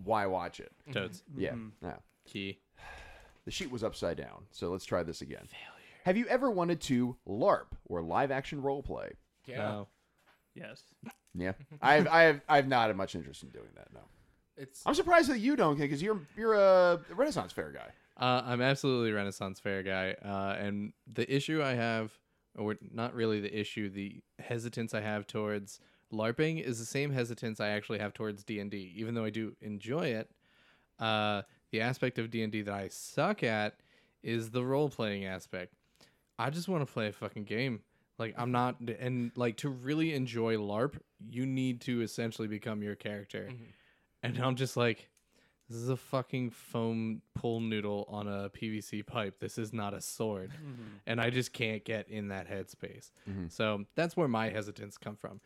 [SPEAKER 3] why watch it?
[SPEAKER 6] Toads
[SPEAKER 3] Yeah.
[SPEAKER 6] Mm-hmm.
[SPEAKER 3] Yeah.
[SPEAKER 6] key.
[SPEAKER 3] The sheet was upside down. So let's try this again. Have you ever wanted to LARP or live action role play?
[SPEAKER 5] yeah,
[SPEAKER 6] Wow.
[SPEAKER 4] Yes.
[SPEAKER 3] Yeah. I've I've I've not had much interest in doing that, no.
[SPEAKER 5] it's
[SPEAKER 3] I'm surprised that you don't because you're you're a Renaissance fair guy.
[SPEAKER 6] Uh, I'm absolutely Renaissance fair guy, uh, and the issue I have, or not really the issue, the hesitance I have towards LARPing is the same hesitance I actually have towards D and D. Even though I do enjoy it, uh, the aspect of D and D that I suck at is the role playing aspect. I just want to play a fucking game. Like I'm not, and like to really enjoy LARP, you need to essentially become your character. And I'm just like, this is a fucking foam pull noodle on a PVC pipe. This is not a sword. And I just can't get in that headspace. So that's where my hesitance come from.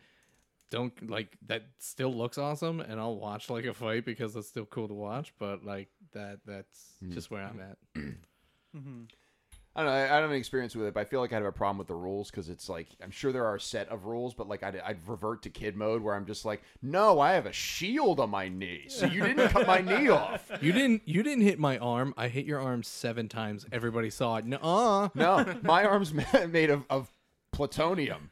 [SPEAKER 6] Don't like that still looks awesome and I'll watch like a fight because that's still cool to watch, but like that that's just where I'm at.
[SPEAKER 3] I don't know. I I don't have any experience with it, but I feel like I'd have a problem with the rules because it's like I'm sure there are a set of rules, but like I'd, I'd revert to kid mode where I'm just like, no, I have a shield on my knee, so you didn't cut my knee off.
[SPEAKER 6] You didn't you didn't hit my arm. I hit your arm 7 times. Everybody saw it. Nuh-uh.
[SPEAKER 3] No, my arm's ma- made of, of plutonium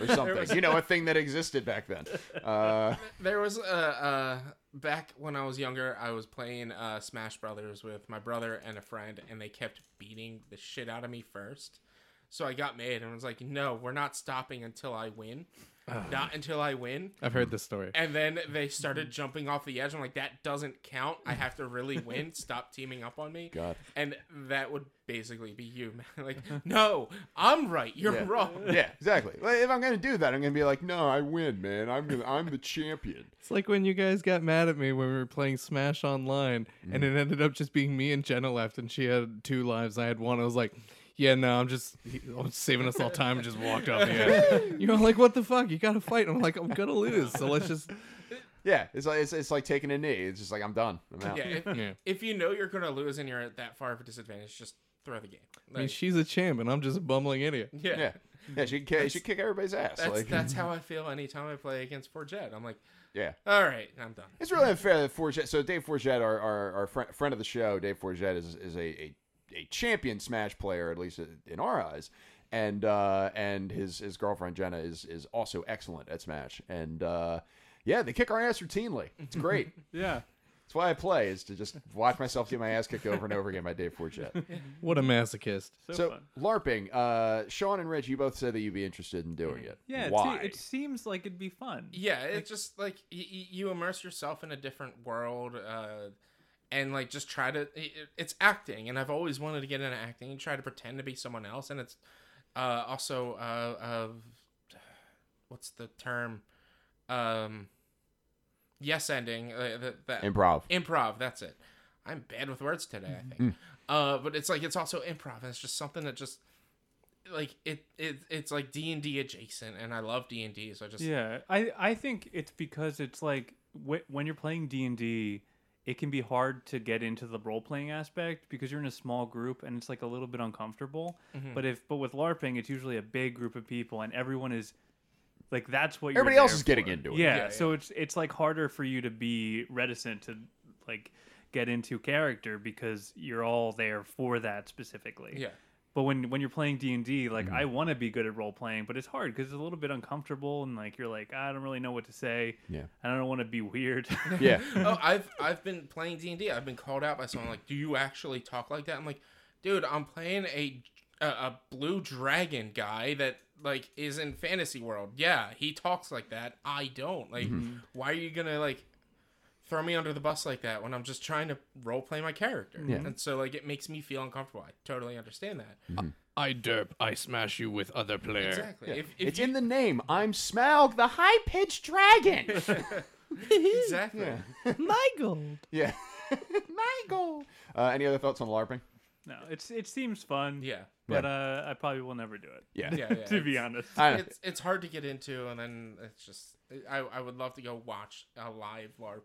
[SPEAKER 3] or something. You know, a thing that existed back then. Uh,
[SPEAKER 5] There was uh, uh, back when I was younger, I was playing uh, Smash Brothers with my brother and a friend, and they kept beating the shit out of me first. So I got mad and was like, "No, we're not stopping until I win, not until I win."
[SPEAKER 6] I've heard this story.
[SPEAKER 5] And then they started jumping off the edge. I'm like, "That doesn't count. I have to really win. Stop teaming up on me."
[SPEAKER 3] God.
[SPEAKER 5] And that would basically be you, man. like, "No, I'm right. You're
[SPEAKER 3] Yeah.
[SPEAKER 5] wrong."
[SPEAKER 3] yeah, exactly. Well, if I'm gonna do that, I'm gonna be like, no, I win, man. I'm gonna, I'm the champion.
[SPEAKER 6] It's like when you guys got mad at me when we were playing Smash Online, and it ended up just being me and Jenna left, and she had two lives. I had one. I was like, "Yeah, no, I'm just I'm saving us all time," and just walked off the end. You're all like, "What the fuck? You got to fight." I'm like, "I'm gonna lose, so let's just."
[SPEAKER 3] Yeah, it's like it's, it's like taking a knee. It's just like I'm done. I'm out.
[SPEAKER 5] Yeah. If,
[SPEAKER 6] Yeah.
[SPEAKER 5] if you know you're gonna lose and you're at that far of a disadvantage, just throw the game.
[SPEAKER 6] I mean,
[SPEAKER 5] Like,
[SPEAKER 6] she's a champ, and I'm just a bumbling idiot.
[SPEAKER 5] yeah.
[SPEAKER 3] Yeah, yeah. She can, she kick everybody's ass.
[SPEAKER 5] That's
[SPEAKER 3] like,
[SPEAKER 5] that's how I feel anytime I play against Forget. I'm like,
[SPEAKER 3] yeah.
[SPEAKER 5] all right, I'm done.
[SPEAKER 3] It's really unfair that Forget. So Dave Forget, our our, our friend, friend of the show, Dave Forget is is a, a a champion Smash player, at least in our eyes, and uh, and his his girlfriend Jenna is is also excellent at Smash, and uh, yeah, they kick our ass routinely. It's great.
[SPEAKER 4] Yeah.
[SPEAKER 3] That's why I play is to just watch myself get my ass kicked over and over again by Dave Forget.
[SPEAKER 6] What a masochist!
[SPEAKER 4] So,
[SPEAKER 3] So
[SPEAKER 4] fun.
[SPEAKER 3] LARPing, uh, Sean and Rich, you both said that you'd be interested in doing it.
[SPEAKER 4] Yeah,
[SPEAKER 3] why?
[SPEAKER 4] It, seems like it'd be fun.
[SPEAKER 5] Yeah, it's just like y- y- you immerse yourself in a different world, uh, and like just try to. i- i- It's acting, and I've always wanted to get into acting and try to pretend to be someone else. And it's uh, also uh, uh, what's the term? Um, yes, ending uh, that, that
[SPEAKER 3] Improv.
[SPEAKER 5] improv that's it i'm bad with words today i think uh but it's like it's also improv and it's just something that just like it, it it's like d&d adjacent and i love d&d so i just
[SPEAKER 4] Yeah, I I think it's because it's like wh- when you're playing D and D, it can be hard to get into the role playing aspect because you're in a small group and it's like a little bit uncomfortable.
[SPEAKER 3] Mm-hmm.
[SPEAKER 4] But if but with LARPing, it's usually a big group of people and everyone is like that's what you're
[SPEAKER 3] Everybody else
[SPEAKER 4] there
[SPEAKER 3] is getting
[SPEAKER 4] for.
[SPEAKER 3] into it.
[SPEAKER 4] Yeah,
[SPEAKER 5] Yeah,
[SPEAKER 4] so it's it's like harder for you to be reticent to like get into character because you're all there for that specifically.
[SPEAKER 5] yeah
[SPEAKER 4] But when when you're playing D and D,
[SPEAKER 5] Mm-hmm.
[SPEAKER 4] like I want to be good at role playing, but it's hard because it's a little bit uncomfortable, and like you're like I don't really know what to say.
[SPEAKER 3] Yeah.
[SPEAKER 4] and I don't want to be weird.
[SPEAKER 3] Yeah.
[SPEAKER 5] oh, I've I've been playing D and I've been called out by someone like, "Do you actually talk like that?" I'm like, "Dude, I'm playing a a, a blue dragon guy that like is in fantasy world. Yeah, he talks like that. I don't. Like, why are you gonna like throw me under the bus like that when I'm just trying to role play my character?
[SPEAKER 3] Yeah.
[SPEAKER 5] And so like it makes me feel uncomfortable. I totally understand that.
[SPEAKER 7] I derp, I smash you with other player.
[SPEAKER 5] Exactly. If, if
[SPEAKER 3] it's
[SPEAKER 5] you-
[SPEAKER 3] in the name. I'm Smaug, the high pitched dragon.
[SPEAKER 5] exactly.
[SPEAKER 3] yeah. Michael. Uh, any other thoughts on LARPing?
[SPEAKER 4] no, it's it seems fun.
[SPEAKER 5] Yeah.
[SPEAKER 4] but uh, I probably will never do it.
[SPEAKER 3] Yeah.
[SPEAKER 5] Yeah, yeah.
[SPEAKER 4] to be honest.
[SPEAKER 3] I don't-
[SPEAKER 5] it's it's hard to get into, and then it's just I I would love to go watch a live LARP,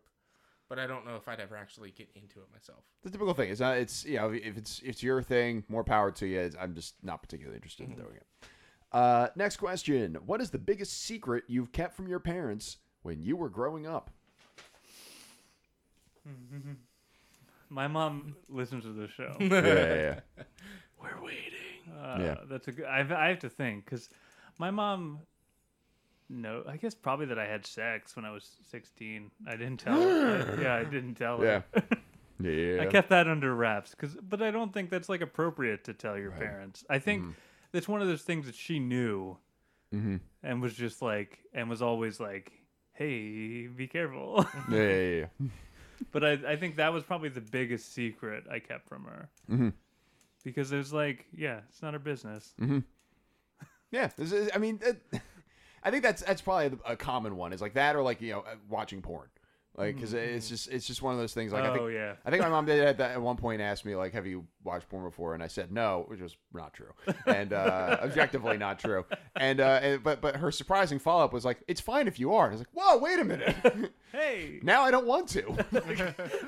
[SPEAKER 5] but I don't know if I'd ever actually get into it myself.
[SPEAKER 3] the typical thing is uh, it's you know if it's if it's your thing, more power to you. It's- I'm just not particularly interested
[SPEAKER 4] Mm-hmm.
[SPEAKER 3] in doing it. Uh, next question: What is the biggest secret you've kept from your parents when you were growing up?
[SPEAKER 4] My mom listens to the show.
[SPEAKER 3] Yeah, yeah,
[SPEAKER 4] We're waiting. Uh,
[SPEAKER 3] Yeah.
[SPEAKER 4] that's a good. I've, I have to think because my mom. No, I guess probably that I had sex when I was 16. I didn't tell her. I- yeah, I didn't tell her.
[SPEAKER 3] yeah.
[SPEAKER 4] I kept that under wraps because, but I don't think that's like appropriate to tell your parents. I think
[SPEAKER 3] Mm-hmm.
[SPEAKER 4] that's one of those things that she knew, and was just like, and was always like, "Hey, be careful."
[SPEAKER 3] yeah, yeah, yeah.
[SPEAKER 4] but I, I think that was probably the biggest secret I kept from her.
[SPEAKER 3] Mm-hmm.
[SPEAKER 4] Because there's like, yeah, it's not her business.
[SPEAKER 3] Yeah, this is- I mean, that- I think that's that's probably a common one. Is like that, or like you know, uh, watching porn. Like, because it's just it's just one of those things. Like, I
[SPEAKER 4] Oh,
[SPEAKER 3] think,
[SPEAKER 4] yeah.
[SPEAKER 3] I think my mom did at that at one point ask me like, "Have you watched porn before?" And I said no, which was not true, and uh, objectively not true. And, uh, and but but her surprising follow up was like, "It's fine if you are." And I was like, "Whoa, wait a minute!
[SPEAKER 4] Hey,
[SPEAKER 3] now I don't want to.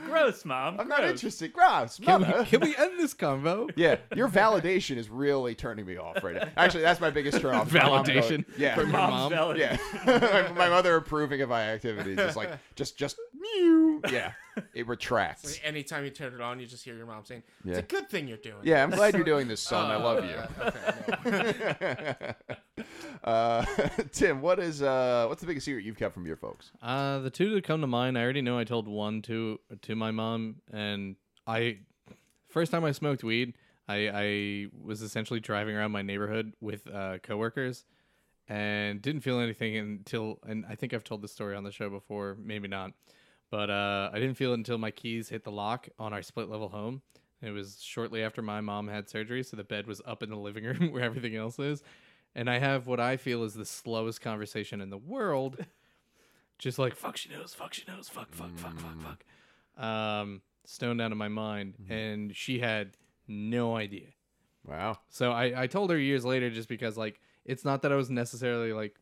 [SPEAKER 4] gross, mom.
[SPEAKER 3] I'm not
[SPEAKER 4] gross.
[SPEAKER 3] interested. Gross,
[SPEAKER 6] Can
[SPEAKER 3] mother."
[SPEAKER 6] we, can we end this convo?
[SPEAKER 3] Yeah, your validation is really turning me off right now. Actually, that's my biggest turn off.
[SPEAKER 7] Validation
[SPEAKER 3] Yeah.
[SPEAKER 7] from your
[SPEAKER 4] Mom's
[SPEAKER 7] mom.
[SPEAKER 4] valid.
[SPEAKER 3] Yeah, my mother approving of my activities. Just like, just, just, mew. yeah, it retracts.
[SPEAKER 5] Like, anytime you turn it on, you just hear your mom saying, "It's
[SPEAKER 3] Yeah.
[SPEAKER 5] a good thing you're doing."
[SPEAKER 3] Yeah, I'm glad you're doing this, son. I love you.
[SPEAKER 5] Okay, no.
[SPEAKER 3] Uh, Tim, what is uh, what's the biggest secret you've kept from your folks?
[SPEAKER 6] Uh, the two that come to mind, I already know I told one to to my mom, and I first time I smoked weed, I I was essentially driving around my neighborhood with uh, coworkers, and didn't feel anything until, and I think I've told this story on the show before, maybe not, but uh, I didn't feel it until my keys hit the lock on our split level home. It was shortly after my mom had surgery, so the bed was up in the living room where everything else is. And I have what I feel is the slowest conversation in the world just like fuck she knows fuck she knows fuck fuck fuck fuck fuck Mm-hmm. um stoned out of my mind and she had no idea
[SPEAKER 3] Wow.
[SPEAKER 6] so I, I told her years later just because like it's not that I was necessarily like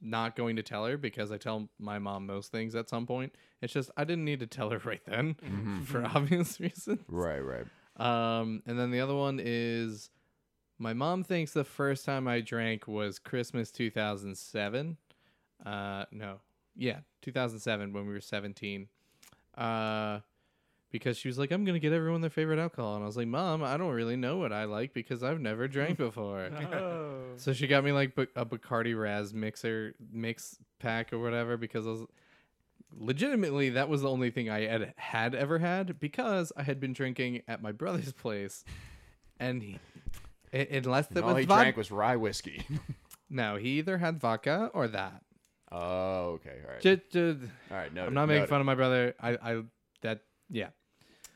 [SPEAKER 6] not going to tell her because I tell my mom most things at some point. It's just I didn't need to tell her right then for obvious reasons.
[SPEAKER 3] Right, right.
[SPEAKER 6] Um, and then the other one is my mom thinks the first time I drank was Christmas 2007. Uh, no, yeah, 2007 when we were 17. Uh, because she was like, I'm gonna get everyone their favorite alcohol, and I was like, Mom, I don't really know what I like because I've never drank before.
[SPEAKER 4] Oh.
[SPEAKER 6] so she got me like bu- a Bacardi Raz mixer mix pack or whatever because I was legitimately that was the only thing I had had ever had because I had been drinking at my brother's place, and he, un- unless that
[SPEAKER 3] And all
[SPEAKER 6] was
[SPEAKER 3] he
[SPEAKER 6] vodka.
[SPEAKER 3] drank was rye whiskey.
[SPEAKER 6] no, he either had vodka or that.
[SPEAKER 3] oh, okay. All right.
[SPEAKER 6] Ju- ju-
[SPEAKER 3] all right. Noted.
[SPEAKER 6] I'm not making
[SPEAKER 3] noted.
[SPEAKER 6] fun of my brother. I, I that yeah.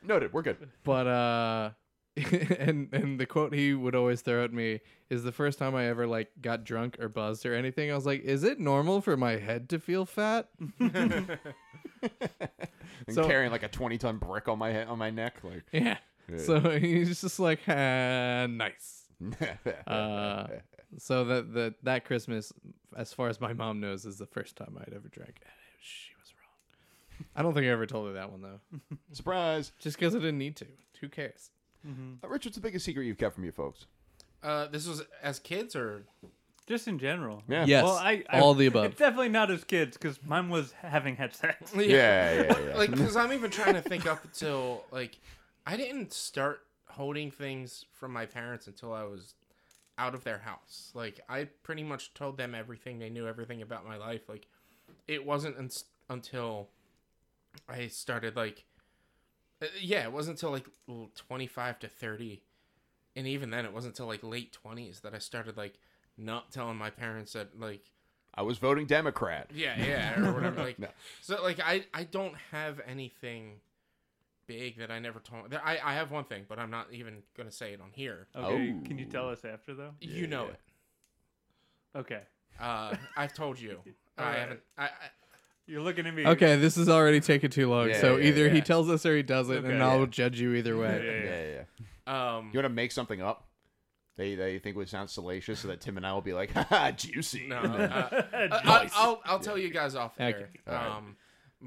[SPEAKER 3] Noted. We're good.
[SPEAKER 6] but uh and and the quote he would always throw at me is the first time i ever like got drunk or buzzed or anything i was like is it normal for my head to feel fat
[SPEAKER 3] And
[SPEAKER 6] So-
[SPEAKER 3] carrying like a 20 ton brick on my head, on my neck, like.
[SPEAKER 6] yeah so he's just like ah, nice uh so that that that christmas as far as my mom knows is the first time i'd ever drank and it- she was wrong i don't think i ever told her that one though
[SPEAKER 3] Surprise.
[SPEAKER 6] just because i didn't need to who cares
[SPEAKER 3] Uh, Richard's the biggest secret you've kept from your folks.
[SPEAKER 5] Uh, this was as kids, or
[SPEAKER 4] Just in general.
[SPEAKER 3] Yeah.
[SPEAKER 6] yes
[SPEAKER 4] Well, I, I-
[SPEAKER 6] all the above
[SPEAKER 4] It's definitely not as kids because mine was having had sex.
[SPEAKER 3] Yeah, yeah, yeah.
[SPEAKER 5] like because I'm even trying to think up until like I didn't start holding things from my parents until I was out of their house. Like I pretty much told them everything. They knew everything about my life. Like it wasn't un- until I started like uh, yeah, it wasn't until like l- 25 to 30 and even then it wasn't until like late 20s that I started like not telling my parents that like
[SPEAKER 3] I was voting Democrat.
[SPEAKER 5] yeah, yeah, or whatever. Like,
[SPEAKER 3] No.
[SPEAKER 5] so like I I don't have anything big that I never told. there- I I have one thing, but I'm not even gonna say it on here.
[SPEAKER 4] Okay, can you
[SPEAKER 3] Oh.
[SPEAKER 4] tell us after though?
[SPEAKER 5] you know it.
[SPEAKER 4] Okay,
[SPEAKER 5] Uh, I've told you. I
[SPEAKER 4] Alright.
[SPEAKER 5] haven't. I, I
[SPEAKER 4] you're looking at me.
[SPEAKER 6] Okay, this is already taking too long.
[SPEAKER 3] Yeah,
[SPEAKER 6] so
[SPEAKER 3] yeah,
[SPEAKER 6] either he
[SPEAKER 5] yeah.
[SPEAKER 6] tells us or he doesn't,
[SPEAKER 4] Okay.
[SPEAKER 6] and I'll judge you either
[SPEAKER 4] Yeah,
[SPEAKER 6] way.
[SPEAKER 4] yeah,
[SPEAKER 3] Yeah,
[SPEAKER 4] yeah.
[SPEAKER 3] yeah, yeah.
[SPEAKER 5] um.
[SPEAKER 3] You want to make something up? They they think would sound salacious, so that Tim and I will be like, "Ha ha, juicy."
[SPEAKER 5] No,
[SPEAKER 3] And then-
[SPEAKER 5] uh, I,
[SPEAKER 3] Nice.
[SPEAKER 5] I'll I'll tell you guys off
[SPEAKER 6] Thank
[SPEAKER 5] there.
[SPEAKER 3] you. Alright.
[SPEAKER 5] Um,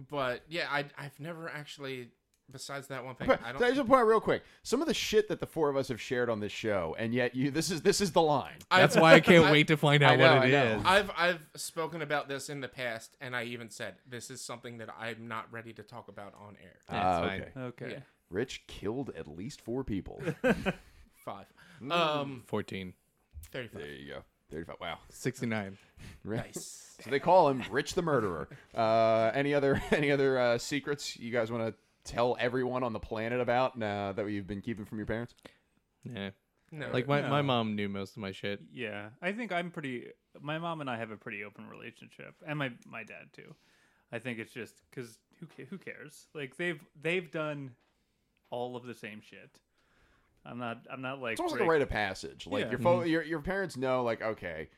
[SPEAKER 5] but yeah, I I've never actually. Besides that one thing,
[SPEAKER 3] But I
[SPEAKER 5] I
[SPEAKER 3] just
[SPEAKER 5] don't.
[SPEAKER 3] want to point out real quick some of the shit that the four of us have shared on this show, and yet you this is this is the line.
[SPEAKER 6] That's why I can't
[SPEAKER 5] I-
[SPEAKER 6] wait to find out
[SPEAKER 3] I know,
[SPEAKER 6] what it
[SPEAKER 3] I know.
[SPEAKER 6] is.
[SPEAKER 5] I've I've spoken about this in the past, and I even said this is something that I'm not ready to talk about on air.
[SPEAKER 6] That's
[SPEAKER 3] Ah,
[SPEAKER 6] fine.
[SPEAKER 3] okay.
[SPEAKER 4] Okay.
[SPEAKER 5] Yeah.
[SPEAKER 3] Rich killed at least four people.
[SPEAKER 5] Five.
[SPEAKER 3] Mm.
[SPEAKER 5] Um,
[SPEAKER 6] 14.
[SPEAKER 5] 35.
[SPEAKER 3] there you go. Thirty-five. Wow.
[SPEAKER 6] 69.
[SPEAKER 5] Nice.
[SPEAKER 3] So they call him Rich the Murderer. Uh, any other any other uh, secrets you guys want to tell everyone on the planet about uh, that you've been keeping from your parents?
[SPEAKER 6] Yeah.
[SPEAKER 5] No.
[SPEAKER 6] Like, my, my mom knew most of my shit.
[SPEAKER 4] Yeah, I think I'm pretty. My mom and I have a pretty open relationship, and my my dad too. I think it's just because who ca- who cares? Like they've they've done all of the same shit. I'm not. I'm not like.
[SPEAKER 3] It's almost like a
[SPEAKER 4] break-
[SPEAKER 3] rite of passage. Like
[SPEAKER 4] Yeah. mm-hmm.
[SPEAKER 3] your, fo- your your parents know, like okay,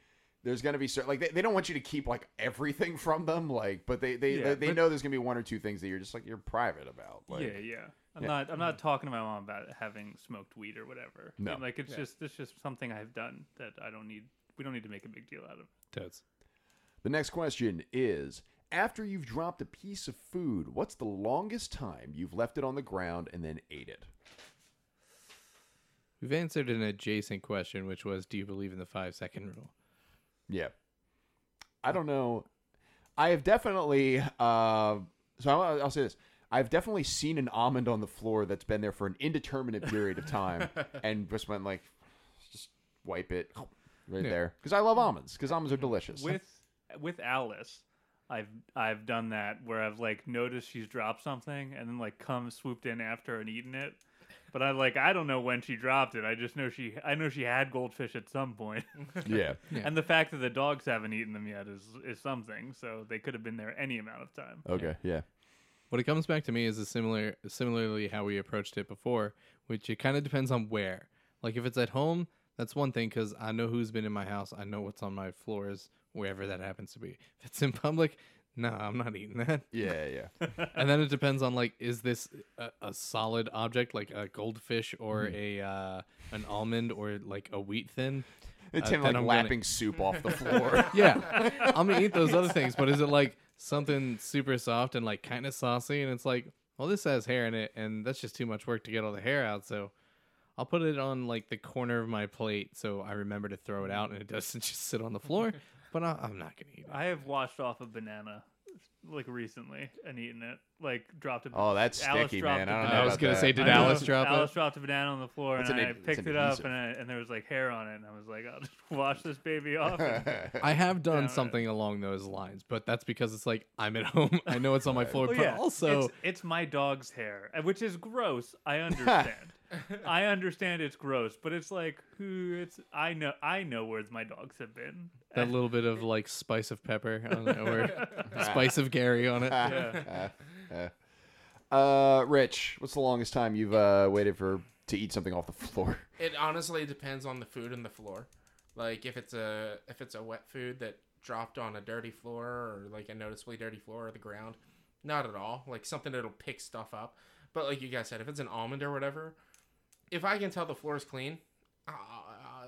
[SPEAKER 3] there's gonna be certain like they, they don't want you to keep like everything from them, like but they they,
[SPEAKER 4] Yeah,
[SPEAKER 3] they, they
[SPEAKER 4] but-
[SPEAKER 3] know there's gonna be one or two things that you're just like you're private about. Like, Mm-hmm.
[SPEAKER 4] yeah, yeah. I'm not. I'm not talking to my mom about having smoked weed or whatever.
[SPEAKER 3] No.
[SPEAKER 4] like it's just it's just something I've done that I don't need. We don't need to make a big deal out of.
[SPEAKER 6] Totes.
[SPEAKER 3] The next question is: After you've dropped a piece of food, what's the longest time you've left it on the ground and then ate it?
[SPEAKER 6] We've answered an adjacent question, which was Do you believe in the five second rule?
[SPEAKER 3] Yeah. I don't know. I have definitely. Uh, so I'll, I'll say this. I've definitely seen an almond on the floor that's been there for an indeterminate period of time, and just went like, just wipe it right there because I love almonds because almonds are delicious.
[SPEAKER 4] with with Alice, I've I've done that where I've like noticed she's dropped something and then like come swooped in after and eaten it. But I like I don't know when she dropped it. I just know she I know she had goldfish at some point.
[SPEAKER 3] yeah,
[SPEAKER 4] and the fact that the dogs haven't eaten them yet is is something. So they could have been there any amount of time.
[SPEAKER 3] okay, yeah,
[SPEAKER 6] What it comes back to me is a similar, similarly how we approached it before, which it kind of depends on where. Like if it's at home, that's one thing because I know who's been in my house, I know what's on my floors, wherever that happens to be. If it's in public, nah, I'm not eating that.
[SPEAKER 3] yeah, yeah.
[SPEAKER 6] and then it depends on like, is this a, a solid object like a goldfish or a uh, an almond or like a wheat thin?
[SPEAKER 3] It's
[SPEAKER 6] Uh,
[SPEAKER 3] him
[SPEAKER 6] then
[SPEAKER 3] like
[SPEAKER 6] I'm gonna-
[SPEAKER 3] lapping soup off the floor.
[SPEAKER 6] Yeah, I'm gonna eat those other things, but is it like something super soft and like kind of saucy? And it's like, well, this has hair in it, and that's just too much work to get all the hair out. So I'll put it on like the corner of my plate so I remember to throw it out and it doesn't just sit on the floor. But I, I'm not gonna eat it.
[SPEAKER 4] I have washed off a banana like recently and eaten it. Like dropped a
[SPEAKER 3] Oh, that's
[SPEAKER 4] Alice
[SPEAKER 3] sticky,
[SPEAKER 4] dropped
[SPEAKER 3] man.
[SPEAKER 4] a
[SPEAKER 3] I don't know.
[SPEAKER 4] banana.
[SPEAKER 6] I was
[SPEAKER 3] about
[SPEAKER 6] gonna
[SPEAKER 3] that.
[SPEAKER 6] say, did
[SPEAKER 4] I know.
[SPEAKER 6] Alice drop
[SPEAKER 4] Alice
[SPEAKER 6] it?
[SPEAKER 4] dropped a banana on the floor,
[SPEAKER 3] It's
[SPEAKER 4] and
[SPEAKER 3] an
[SPEAKER 4] I
[SPEAKER 3] ad- it's
[SPEAKER 4] picked
[SPEAKER 3] an
[SPEAKER 4] it up,
[SPEAKER 3] adhesive.
[SPEAKER 4] and, I, and there was like hair on it, and I was like, I'll just wash this baby off. And, oh,
[SPEAKER 6] I have done
[SPEAKER 4] Yeah.
[SPEAKER 6] something along those lines, but that's because it's like I'm at home. I know it's on my floor,
[SPEAKER 4] Well,
[SPEAKER 6] but
[SPEAKER 4] yeah,
[SPEAKER 6] also
[SPEAKER 4] it's, it's my dog's hair, uh, which is gross. I understand. I understand it's gross, but it's like who? It's I know I know where my dogs have been.
[SPEAKER 6] that little bit of like spice of pepper on it, or spice of Gary on it.
[SPEAKER 3] Uh, Rich, what's the longest time you've uh, waited for to eat something off the floor?
[SPEAKER 5] It honestly depends on the food and the floor. Like if it's a if it's a wet food that dropped on a dirty floor or like a noticeably dirty floor or the ground, not at all. Like something that'll pick stuff up. But like you guys said, if it's an almond or whatever, if I can tell the floor is clean, uh,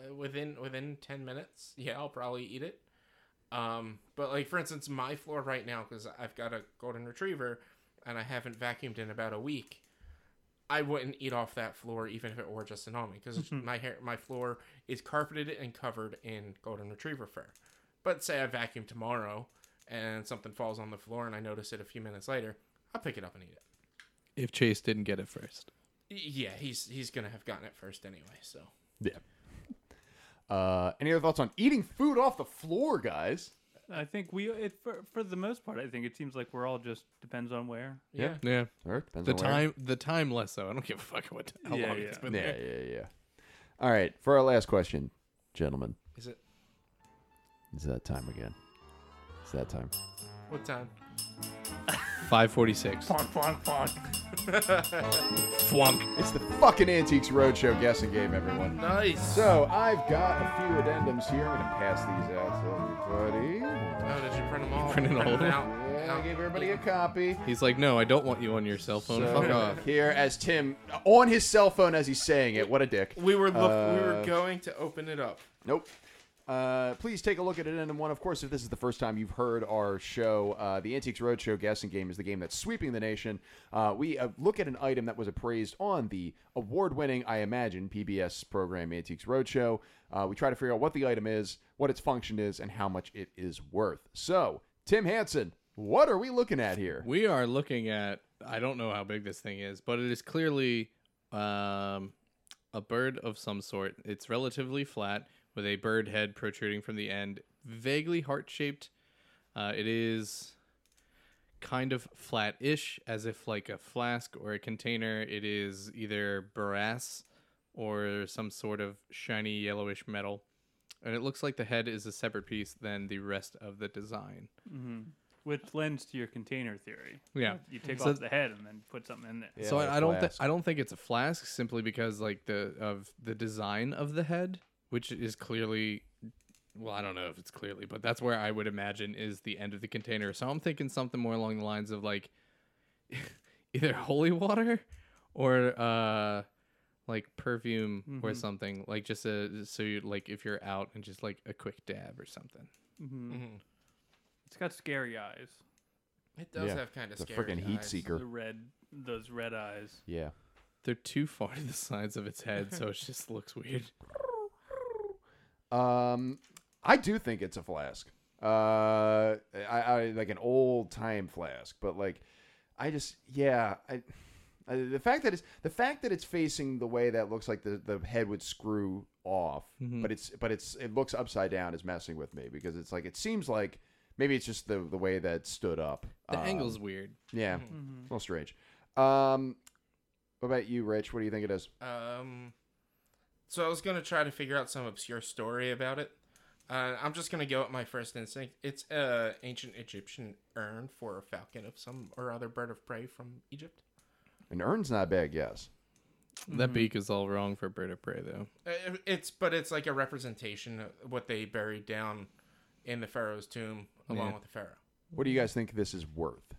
[SPEAKER 5] uh, within within ten minutes, yeah, I'll probably eat it. Um, but like for instance, my floor right now because I've got a golden retriever and I haven't vacuumed in about a week. I wouldn't eat off that floor even if it were just an almond because my hair, my floor is carpeted and covered in golden retriever fur. But say I vacuum tomorrow and something falls on the floor and I notice it a few minutes later, I'll pick it up and eat it.
[SPEAKER 6] If Chase didn't get it first.
[SPEAKER 5] Yeah, he's he's gonna have gotten it first anyway. So
[SPEAKER 3] Yeah. Uh, any other thoughts on eating food off the floor, guys?
[SPEAKER 4] I think we, it, for, for the most part, I think it seems like we're all just depends on where.
[SPEAKER 5] yeah,
[SPEAKER 6] Yeah.
[SPEAKER 3] All right, depends
[SPEAKER 6] The
[SPEAKER 3] on where.
[SPEAKER 6] time, the time less so. I don't give a fuck what how
[SPEAKER 4] Yeah,
[SPEAKER 6] long
[SPEAKER 4] yeah.
[SPEAKER 6] it's been
[SPEAKER 3] Yeah,
[SPEAKER 6] there.
[SPEAKER 3] yeah, yeah. All right, for our last question, gentlemen,
[SPEAKER 5] is it
[SPEAKER 3] it's that time again. It's that time.
[SPEAKER 5] what time?
[SPEAKER 6] Five forty-six. Fwonk.
[SPEAKER 3] It's the fucking Antiques Roadshow guessing game, everyone.
[SPEAKER 5] Nice.
[SPEAKER 3] So I've got a few addendums here. I'm gonna pass these out to everybody.
[SPEAKER 5] oh, did you print them all?
[SPEAKER 6] printed all of them?
[SPEAKER 5] out.
[SPEAKER 3] Yeah, I gave everybody a copy.
[SPEAKER 6] He's like, no, I don't want you on your cell phone.
[SPEAKER 3] So,
[SPEAKER 6] Fuck off.
[SPEAKER 3] Here, as Tim on his cell phone as he's saying it. What a dick.
[SPEAKER 5] We were look, we
[SPEAKER 3] Uh,
[SPEAKER 5] were going to open it up.
[SPEAKER 3] Nope. Uh, please take a look at Addendum 1. Of course, if this is the first time you've heard our show, uh, the Antiques Roadshow guessing game is the game that's sweeping the nation. Uh, we uh, look at an item that was appraised on the award winning, I imagine, PBS program Antiques Roadshow. Uh, we try to figure out what the item is, what its function is, and how much it is worth. So, Tim Hansen, what are we looking at here?
[SPEAKER 6] We are looking at I don't know how big this thing is, but it is clearly um, a bird of some sort. It's relatively flat with a bird head protruding from the end, vaguely heart shaped. Uh, it is kind of flat-ish, as if like a flask or a container. It is either brass or some sort of shiny yellowish metal. And it looks like the head is a separate piece than the rest of the design.
[SPEAKER 4] Which lends to your container theory.
[SPEAKER 6] Yeah.
[SPEAKER 4] You take
[SPEAKER 6] So-
[SPEAKER 4] off the head and then put something in there.
[SPEAKER 6] so
[SPEAKER 3] the
[SPEAKER 6] I, I don't think
[SPEAKER 3] flask.
[SPEAKER 6] I don't think it's a flask simply because like the of the design of the head, which is clearly well, I don't know if it's clearly, but that's where I would imagine is the end of the container. So I'm thinking something more along the lines of like either holy water or uh like perfume or something. Like just a so you like if you're out and just like a quick dab or something.
[SPEAKER 4] It's got scary eyes.
[SPEAKER 5] It does
[SPEAKER 3] yeah.
[SPEAKER 5] have kind of
[SPEAKER 3] The
[SPEAKER 5] scary.
[SPEAKER 3] freaking heat
[SPEAKER 5] eyes.
[SPEAKER 3] seeker.
[SPEAKER 4] The red, those red eyes.
[SPEAKER 3] Yeah.
[SPEAKER 6] They're too far to the sides of its head, so it just looks weird.
[SPEAKER 3] Um, I do think it's a flask. Uh, I, I like an old time flask, but like, I just yeah, I. I- The fact that it's the fact that it's facing the way that looks like the, the head would screw off,
[SPEAKER 6] Mm-hmm.
[SPEAKER 3] but it's but it's it looks upside down is messing with me because it's like it seems like maybe it's just the the way that it stood up.
[SPEAKER 6] The
[SPEAKER 3] Um,
[SPEAKER 6] angle's Mm-hmm. weird.
[SPEAKER 3] yeah, it's a little strange. Um, what about you, Rich? What do you think it is?
[SPEAKER 5] Um, so I was gonna try to figure out some obscure story about it. Uh, I'm just gonna go at my first instinct. It's a ancient Egyptian urn for a falcon of some or other bird of prey from Egypt.
[SPEAKER 3] An urn's not a bad guess.
[SPEAKER 6] That beak is all wrong for a bird of prey, though.
[SPEAKER 5] Uh, It's but it's like a representation of what they buried down in the pharaoh's tomb along with the pharaoh.
[SPEAKER 3] What do you guys think this is worth?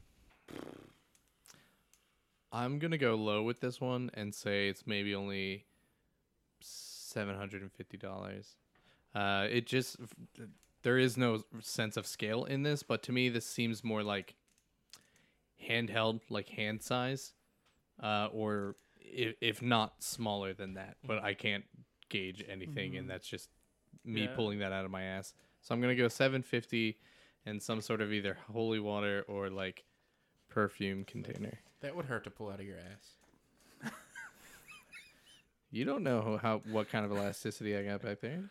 [SPEAKER 6] I'm gonna go low with this one and say it's maybe only seven hundred and fifty dollars. Uh, it just there is no sense of scale in this, but to me, this seems more like handheld, like hand size, uh, or if, if not smaller than that. But I can't gauge anything, and that's just me
[SPEAKER 4] Yeah.
[SPEAKER 6] pulling that out of my ass. So I'm gonna go seven fifty, and some sort of either holy water or like perfume container.
[SPEAKER 5] That would hurt to pull out of your ass.
[SPEAKER 6] You don't know how, how what kind of elasticity I got back there.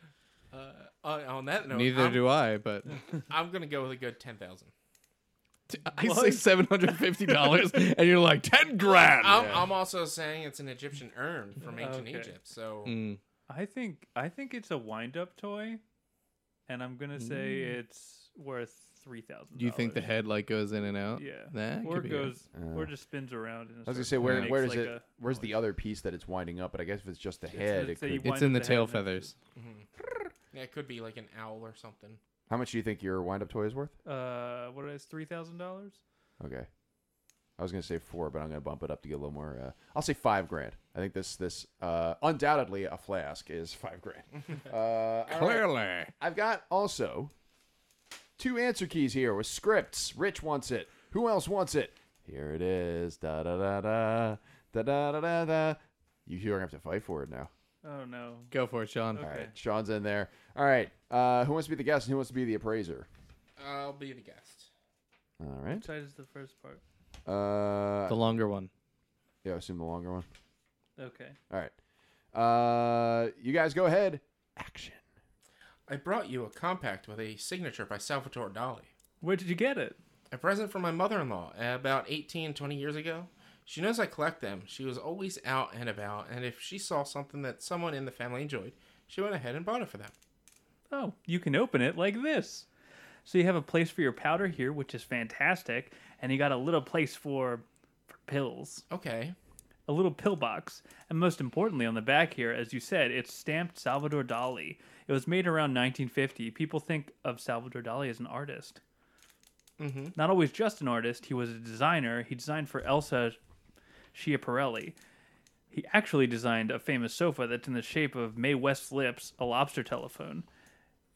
[SPEAKER 5] Uh, on that note,
[SPEAKER 6] Neither
[SPEAKER 5] I'm,
[SPEAKER 6] do I, but
[SPEAKER 5] I'm gonna go with a good ten thousand.
[SPEAKER 6] I say seven hundred fifty dollars, and you're like ten grand.
[SPEAKER 5] I'm, I'm also saying it's an Egyptian urn from ancient
[SPEAKER 4] Okay.
[SPEAKER 5] Egypt. So
[SPEAKER 6] Mm.
[SPEAKER 4] I think I think it's a wind-up toy, and I'm gonna say it's worth three thousand.
[SPEAKER 6] Do you think the head like goes in and out?
[SPEAKER 4] Yeah,
[SPEAKER 6] that
[SPEAKER 4] or
[SPEAKER 6] could be it.
[SPEAKER 4] goes or just spins around. In a
[SPEAKER 3] I was gonna
[SPEAKER 4] circle
[SPEAKER 3] say
[SPEAKER 4] and
[SPEAKER 3] where
[SPEAKER 4] makes
[SPEAKER 3] where is
[SPEAKER 4] like
[SPEAKER 3] it?
[SPEAKER 4] a
[SPEAKER 3] where's the
[SPEAKER 4] noise.
[SPEAKER 3] other piece that it's winding up? But I guess if it's just the head, it
[SPEAKER 4] let's say you
[SPEAKER 3] could.
[SPEAKER 4] wind
[SPEAKER 6] It's in the
[SPEAKER 4] up head
[SPEAKER 6] tail
[SPEAKER 4] and then-
[SPEAKER 6] feathers.
[SPEAKER 5] yeah, it could be like an owl or something.
[SPEAKER 3] How much do you think your wind up toy is worth?
[SPEAKER 4] Uh, what is three thousand dollars?
[SPEAKER 3] Okay, I was gonna say four, but I'm gonna bump it up to get a little more. Uh, I'll say five grand. I think this this uh, undoubtedly a flask is five grand. Uh, all right.
[SPEAKER 6] Clearly,
[SPEAKER 3] I've got also two answer keys here with scripts. Rich wants it. Who else wants it? Here it is. Da da da da da da da da. da. You two are gonna have to fight for it now.
[SPEAKER 4] Oh no.
[SPEAKER 6] go for it, Sean.
[SPEAKER 3] All right, Sean's in there. All right, uh, who wants to be the guest and who wants to be the appraiser?
[SPEAKER 5] I'll be the guest.
[SPEAKER 3] All right.
[SPEAKER 4] Which side is the first part?
[SPEAKER 3] Uh,
[SPEAKER 6] The longer one.
[SPEAKER 3] yeah, I assume the longer one.
[SPEAKER 4] Okay.
[SPEAKER 3] All right. Uh, you guys go ahead. Action.
[SPEAKER 5] I brought you a compact with a signature by Salvatore Dali.
[SPEAKER 4] Where did you get it?
[SPEAKER 5] A present from my mother in law about 18, 20 years ago. She knows I collect them. She was always out and about, and if she saw something that someone in the family enjoyed, she went ahead and bought it for them.
[SPEAKER 4] Oh, you can open it like this. So you have a place for your powder here, which is fantastic, and you got a little place for for pills,
[SPEAKER 5] Okay.
[SPEAKER 4] a little pill box, and most importantly, on the back here, as you said, it's stamped Salvador Dali. It was made around 1950. People think of Salvador Dali as an artist. Mm-hmm. Not always just an artist. He was a designer. He designed for Elsa Schiaparelli. He actually designed a famous sofa that's in the shape of Mae West's lips, a lobster telephone.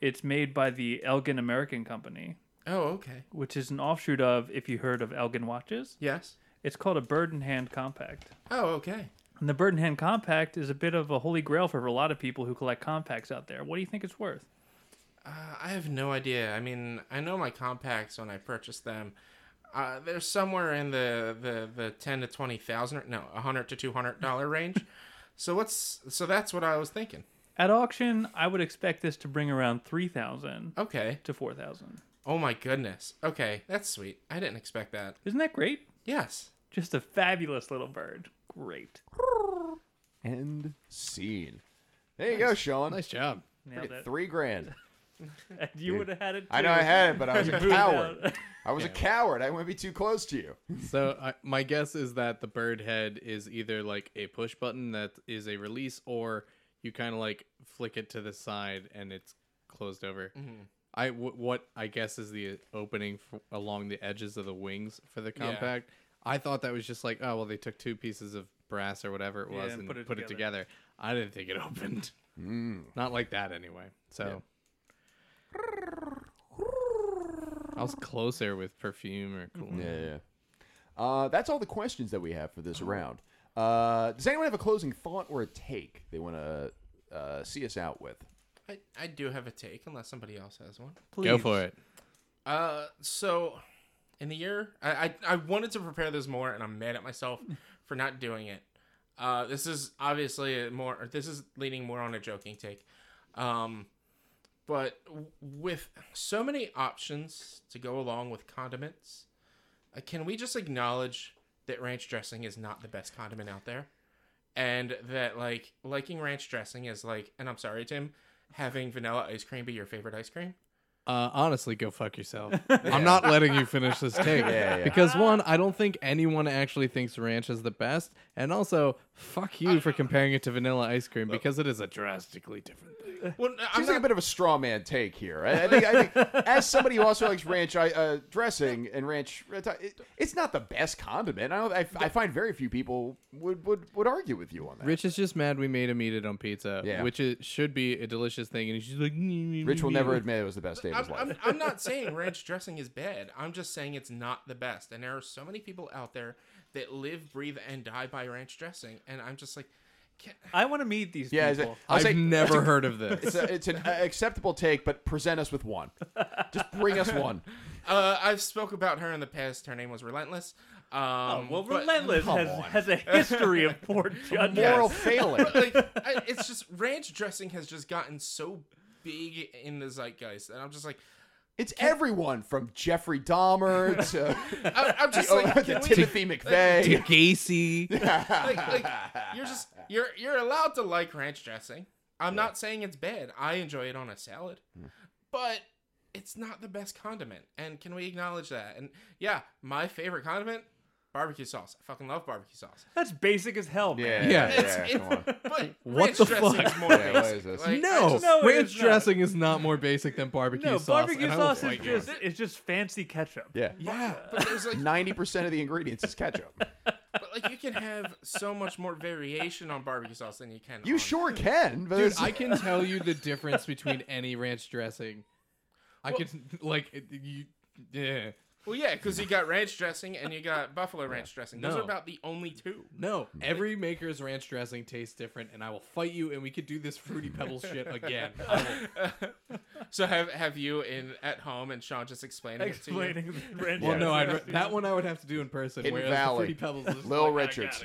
[SPEAKER 4] It's made by the Elgin American Company,
[SPEAKER 5] Oh, okay.
[SPEAKER 4] which is an offshoot of, if you heard of Elgin watches,
[SPEAKER 5] Yes.
[SPEAKER 4] it's called a Bird in Hand Compact.
[SPEAKER 5] Oh, okay.
[SPEAKER 4] And the Bird in Hand Compact is a bit of a holy grail for a lot of people who collect compacts out there. What do you think it's worth?
[SPEAKER 5] Uh, I have no idea. I mean, I know my compacts when I purchased them. Uh, they're somewhere in the, the, the ten to twenty thousand, no, a hundred to two hundred dollar range. so what's so that's what I was thinking.
[SPEAKER 4] At auction, I would expect this to bring around 3,000
[SPEAKER 5] Okay.
[SPEAKER 4] to 4,000.
[SPEAKER 5] Oh my goodness. Okay, that's sweet. I didn't expect that.
[SPEAKER 4] Isn't that great?
[SPEAKER 5] Yes.
[SPEAKER 4] Just a fabulous little bird. Great.
[SPEAKER 3] End scene. There you go, Sean.
[SPEAKER 6] Nice job.
[SPEAKER 4] Nailed it.
[SPEAKER 3] Three grand.
[SPEAKER 4] And you would have had it. Too.
[SPEAKER 3] I know I had it, but I was a
[SPEAKER 4] Moved
[SPEAKER 3] coward.
[SPEAKER 4] out.
[SPEAKER 3] I was a coward. I wouldn't be too close to you.
[SPEAKER 6] So I, my guess is that the bird head is either like a push button that is a release, or you kind of like flick it to the side and it's closed over.
[SPEAKER 4] Mm-hmm.
[SPEAKER 6] I w- what I guess is the uh, opening f- along the edges of the wings for the compact. I thought that was just like oh well they took two pieces of brass or whatever it was
[SPEAKER 4] and
[SPEAKER 6] and
[SPEAKER 4] put it
[SPEAKER 6] put it together. I didn't think it opened. Not like that anyway. So. I was closer with perfume or cool.
[SPEAKER 3] Yeah, yeah. Uh, that's all the questions that we have for this round. Uh, does anyone have a closing thought or a take they want to uh, see us out with?
[SPEAKER 5] I, I do have a take, unless somebody else has one.
[SPEAKER 6] Go for it.
[SPEAKER 5] Uh, so in the year, I, I I wanted to prepare this more, and I'm mad at myself for not doing it. Uh, this is obviously a more. Or this is leaning more on a joking take. Um, but w- with so many options to go along with condiments, uh, can we just acknowledge that ranch dressing is not the best condiment out there, and that like liking ranch dressing is like, and I'm sorry, Tim, having vanilla ice cream be your favorite ice cream.
[SPEAKER 6] Uh, honestly, go fuck yourself. I'm not letting you finish this take
[SPEAKER 3] Yeah, yeah.
[SPEAKER 6] because one, I don't think anyone actually thinks ranch is the best, and also, fuck you for comparing it to vanilla ice cream because it is a drastically different thing.
[SPEAKER 5] Well, I'm
[SPEAKER 3] Seems like a bit of a straw man take here. I, I think, I think as somebody who also likes ranch I, uh, dressing and ranch, uh, it, it's not the best condiment. I, don't, I, I find very few people would, would, would argue with you on that.
[SPEAKER 6] Rich is just mad we made him eat it on pizza,
[SPEAKER 3] Yeah.
[SPEAKER 6] which it should be a delicious thing, and he's just like,
[SPEAKER 3] Rich will never admit it was the best day of his
[SPEAKER 5] I'm,
[SPEAKER 3] life.
[SPEAKER 5] I'm, I'm not saying ranch dressing is bad. I'm just saying it's not the best. And there are so many people out there that live, breathe, and die by ranch dressing. And I'm just like, can,
[SPEAKER 4] I want to meet these
[SPEAKER 3] Yeah, is it-
[SPEAKER 4] people.
[SPEAKER 3] I'll
[SPEAKER 6] I've
[SPEAKER 3] say-
[SPEAKER 6] never heard of this.
[SPEAKER 3] It's, a, it's an acceptable take, but present us with one. Just bring us one.
[SPEAKER 5] uh, I've spoke about her in the past. Her name was Relentless.
[SPEAKER 3] Oh,
[SPEAKER 5] Um,
[SPEAKER 4] well,
[SPEAKER 5] but-
[SPEAKER 4] Relentless
[SPEAKER 3] come
[SPEAKER 4] has,
[SPEAKER 3] on.
[SPEAKER 4] has a history of poor judgment.
[SPEAKER 3] Moral failing.
[SPEAKER 5] Like, I, it's just ranch dressing has just gotten so big in the zeitgeist, and I'm just like,
[SPEAKER 3] It's everyone from Jeffrey Dahmer to
[SPEAKER 5] I, I'm just
[SPEAKER 3] oh,
[SPEAKER 5] like,
[SPEAKER 3] yeah,
[SPEAKER 5] can
[SPEAKER 3] the
[SPEAKER 5] we
[SPEAKER 3] Timothy McVeigh.
[SPEAKER 6] Gacy.
[SPEAKER 5] like, like you're just you're you're allowed to like ranch dressing. I'm not saying it's bad. I enjoy it on a salad,
[SPEAKER 3] Hmm.
[SPEAKER 5] but it's not the best condiment. And can we acknowledge that? And yeah, my favorite condiment, barbecue sauce. I fucking love barbecue sauce.
[SPEAKER 4] That's basic as hell,
[SPEAKER 3] Yeah,
[SPEAKER 4] man.
[SPEAKER 3] yeah,
[SPEAKER 6] Yeah.
[SPEAKER 3] yeah, come on.
[SPEAKER 5] But
[SPEAKER 6] What
[SPEAKER 5] ranch
[SPEAKER 6] the
[SPEAKER 5] dressing
[SPEAKER 6] fuck?
[SPEAKER 5] is more
[SPEAKER 3] Yeah, what is
[SPEAKER 5] basic.
[SPEAKER 3] this?
[SPEAKER 5] Like, I
[SPEAKER 6] No,
[SPEAKER 5] just-
[SPEAKER 4] No, it
[SPEAKER 6] ranch
[SPEAKER 4] is not.
[SPEAKER 6] dressing is not more basic than barbecue
[SPEAKER 4] No,
[SPEAKER 6] sauce. Oh
[SPEAKER 4] barbecue
[SPEAKER 6] and I will
[SPEAKER 4] sauce is
[SPEAKER 6] fight you.
[SPEAKER 4] just it's just fancy ketchup.
[SPEAKER 3] Yeah.
[SPEAKER 5] yeah, but there's like,
[SPEAKER 3] Ninety percent of the ingredients is ketchup.
[SPEAKER 5] but like you can have so much more variation on barbecue sauce than you can.
[SPEAKER 3] You
[SPEAKER 5] on-
[SPEAKER 3] sure can, but
[SPEAKER 6] Oh, Dude,
[SPEAKER 3] it's-
[SPEAKER 6] I can tell you the difference between any ranch dressing. I could like it- you. Yeah.
[SPEAKER 5] Well, yeah, because you got ranch dressing and you got buffalo ranch dressing. Those
[SPEAKER 6] No.
[SPEAKER 5] are about the only two.
[SPEAKER 6] No, every maker's ranch dressing tastes different, and I will fight you, and we could do this fruity pebbles shit again.
[SPEAKER 5] So have have you in at home and Sean just explaining, it to you?
[SPEAKER 4] Explaining the ranch.
[SPEAKER 6] Well, no,
[SPEAKER 4] dressing.
[SPEAKER 6] I'd, that one I would have to do in person.
[SPEAKER 3] Hidden
[SPEAKER 6] whereas the
[SPEAKER 3] Valley.
[SPEAKER 6] fruity pebbles, is just
[SPEAKER 3] Little
[SPEAKER 6] like,
[SPEAKER 3] Richards.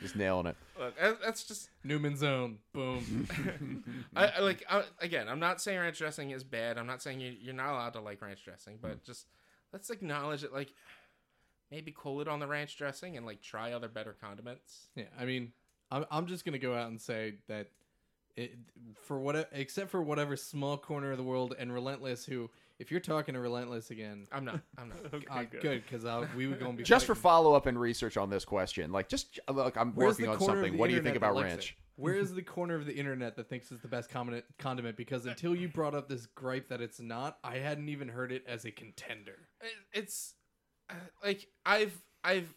[SPEAKER 3] Just nailing it.
[SPEAKER 5] Look, that- that's just
[SPEAKER 6] Newman's own. Boom.
[SPEAKER 5] I, I like I, again. I'm not saying ranch dressing is bad. I'm not saying you, you're not allowed to like ranch dressing, but just let's acknowledge it. Like maybe cool it on the ranch dressing and like try other better condiments.
[SPEAKER 6] yeah, I mean, I'm, I'm just gonna go out and say that, it, for what except for whatever small corner of the world and Relentless, who if you're talking to Relentless again,
[SPEAKER 5] I'm not. I'm not.
[SPEAKER 6] uh, good because we were gonna be
[SPEAKER 3] Just for
[SPEAKER 6] fighting.
[SPEAKER 3] follow up and research on this question, like just uh, look, I'm
[SPEAKER 6] Where's
[SPEAKER 3] working
[SPEAKER 6] the
[SPEAKER 3] on
[SPEAKER 6] corner of
[SPEAKER 3] something.
[SPEAKER 6] the
[SPEAKER 3] What do you think about
[SPEAKER 6] internet that likes
[SPEAKER 3] ranch?
[SPEAKER 6] it? Where is the corner of the internet that thinks it's the best condiment? condiment? Because until you brought up this gripe that it's not, I hadn't even heard it as a contender.
[SPEAKER 5] It- it's uh, like I've I've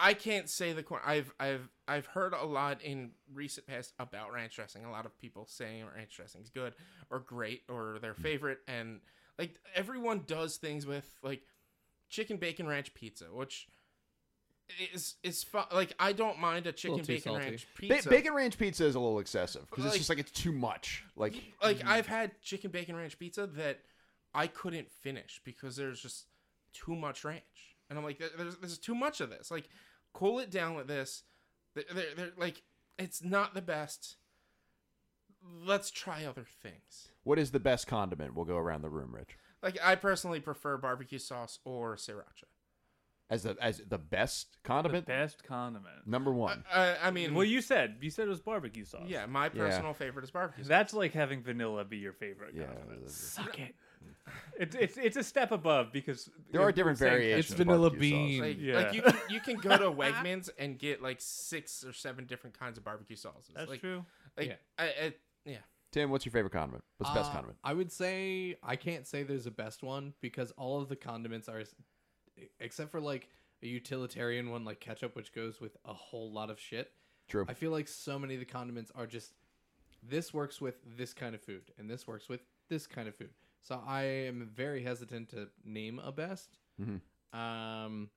[SPEAKER 5] I can't say the corn. I've I've I've heard a lot in recent past about ranch dressing. A lot of people saying ranch dressing's good or great or their favorite, and like everyone does things with like chicken bacon ranch pizza, which is is fu- like I don't mind a chicken
[SPEAKER 6] too
[SPEAKER 5] bacon
[SPEAKER 6] salty.
[SPEAKER 5] ranch
[SPEAKER 3] Ba-
[SPEAKER 5] pizza.
[SPEAKER 3] bacon ranch pizza is a little excessive because it's
[SPEAKER 5] Like-
[SPEAKER 3] just like it's too much. Like
[SPEAKER 5] like
[SPEAKER 4] Mm-hmm.
[SPEAKER 5] I've had chicken bacon ranch pizza that I couldn't finish because there's just too much ranch, and I'm like, "There- there's there's too much of this. Like, cool it down with this. They're, they're, they're- like, it's not the best. Let's try other things.
[SPEAKER 3] what is the best condiment? We'll go around the room, Rich.
[SPEAKER 5] Like, I personally prefer barbecue sauce or sriracha.
[SPEAKER 3] As the as the best
[SPEAKER 4] The
[SPEAKER 3] condiment,
[SPEAKER 4] best condiment.
[SPEAKER 3] number one.
[SPEAKER 5] I, I mean,
[SPEAKER 4] Well, you said you said it was barbecue sauce.
[SPEAKER 5] yeah, my personal favorite is barbecue. sauce.
[SPEAKER 4] That's like having vanilla be your favorite
[SPEAKER 3] Yeah,
[SPEAKER 4] condiment.
[SPEAKER 3] that's-
[SPEAKER 4] Suck it. It's, it's it's a step above because
[SPEAKER 3] there are different
[SPEAKER 4] saying-
[SPEAKER 3] variations.
[SPEAKER 6] It's
[SPEAKER 3] of
[SPEAKER 6] vanilla
[SPEAKER 3] barbecue sauce.
[SPEAKER 6] bean.
[SPEAKER 5] Like,
[SPEAKER 4] Yeah.
[SPEAKER 5] like you can, you can go to Wegmans and get like six or seven different kinds of barbecue sauces.
[SPEAKER 4] That's
[SPEAKER 5] like,
[SPEAKER 4] true.
[SPEAKER 5] Like,
[SPEAKER 6] Yeah.
[SPEAKER 5] I, I, yeah.
[SPEAKER 3] Tim, what's your favorite condiment? What's the best
[SPEAKER 6] Uh,
[SPEAKER 3] condiment?
[SPEAKER 6] I would say I can't say there's a best one because all of the condiments are, e, except for like a utilitarian one like ketchup, which goes with a whole lot of shit.
[SPEAKER 3] True.
[SPEAKER 6] I feel like so many of the condiments are just this works with this kind of food and this works with this kind of food. So I am very hesitant to name a best. Um,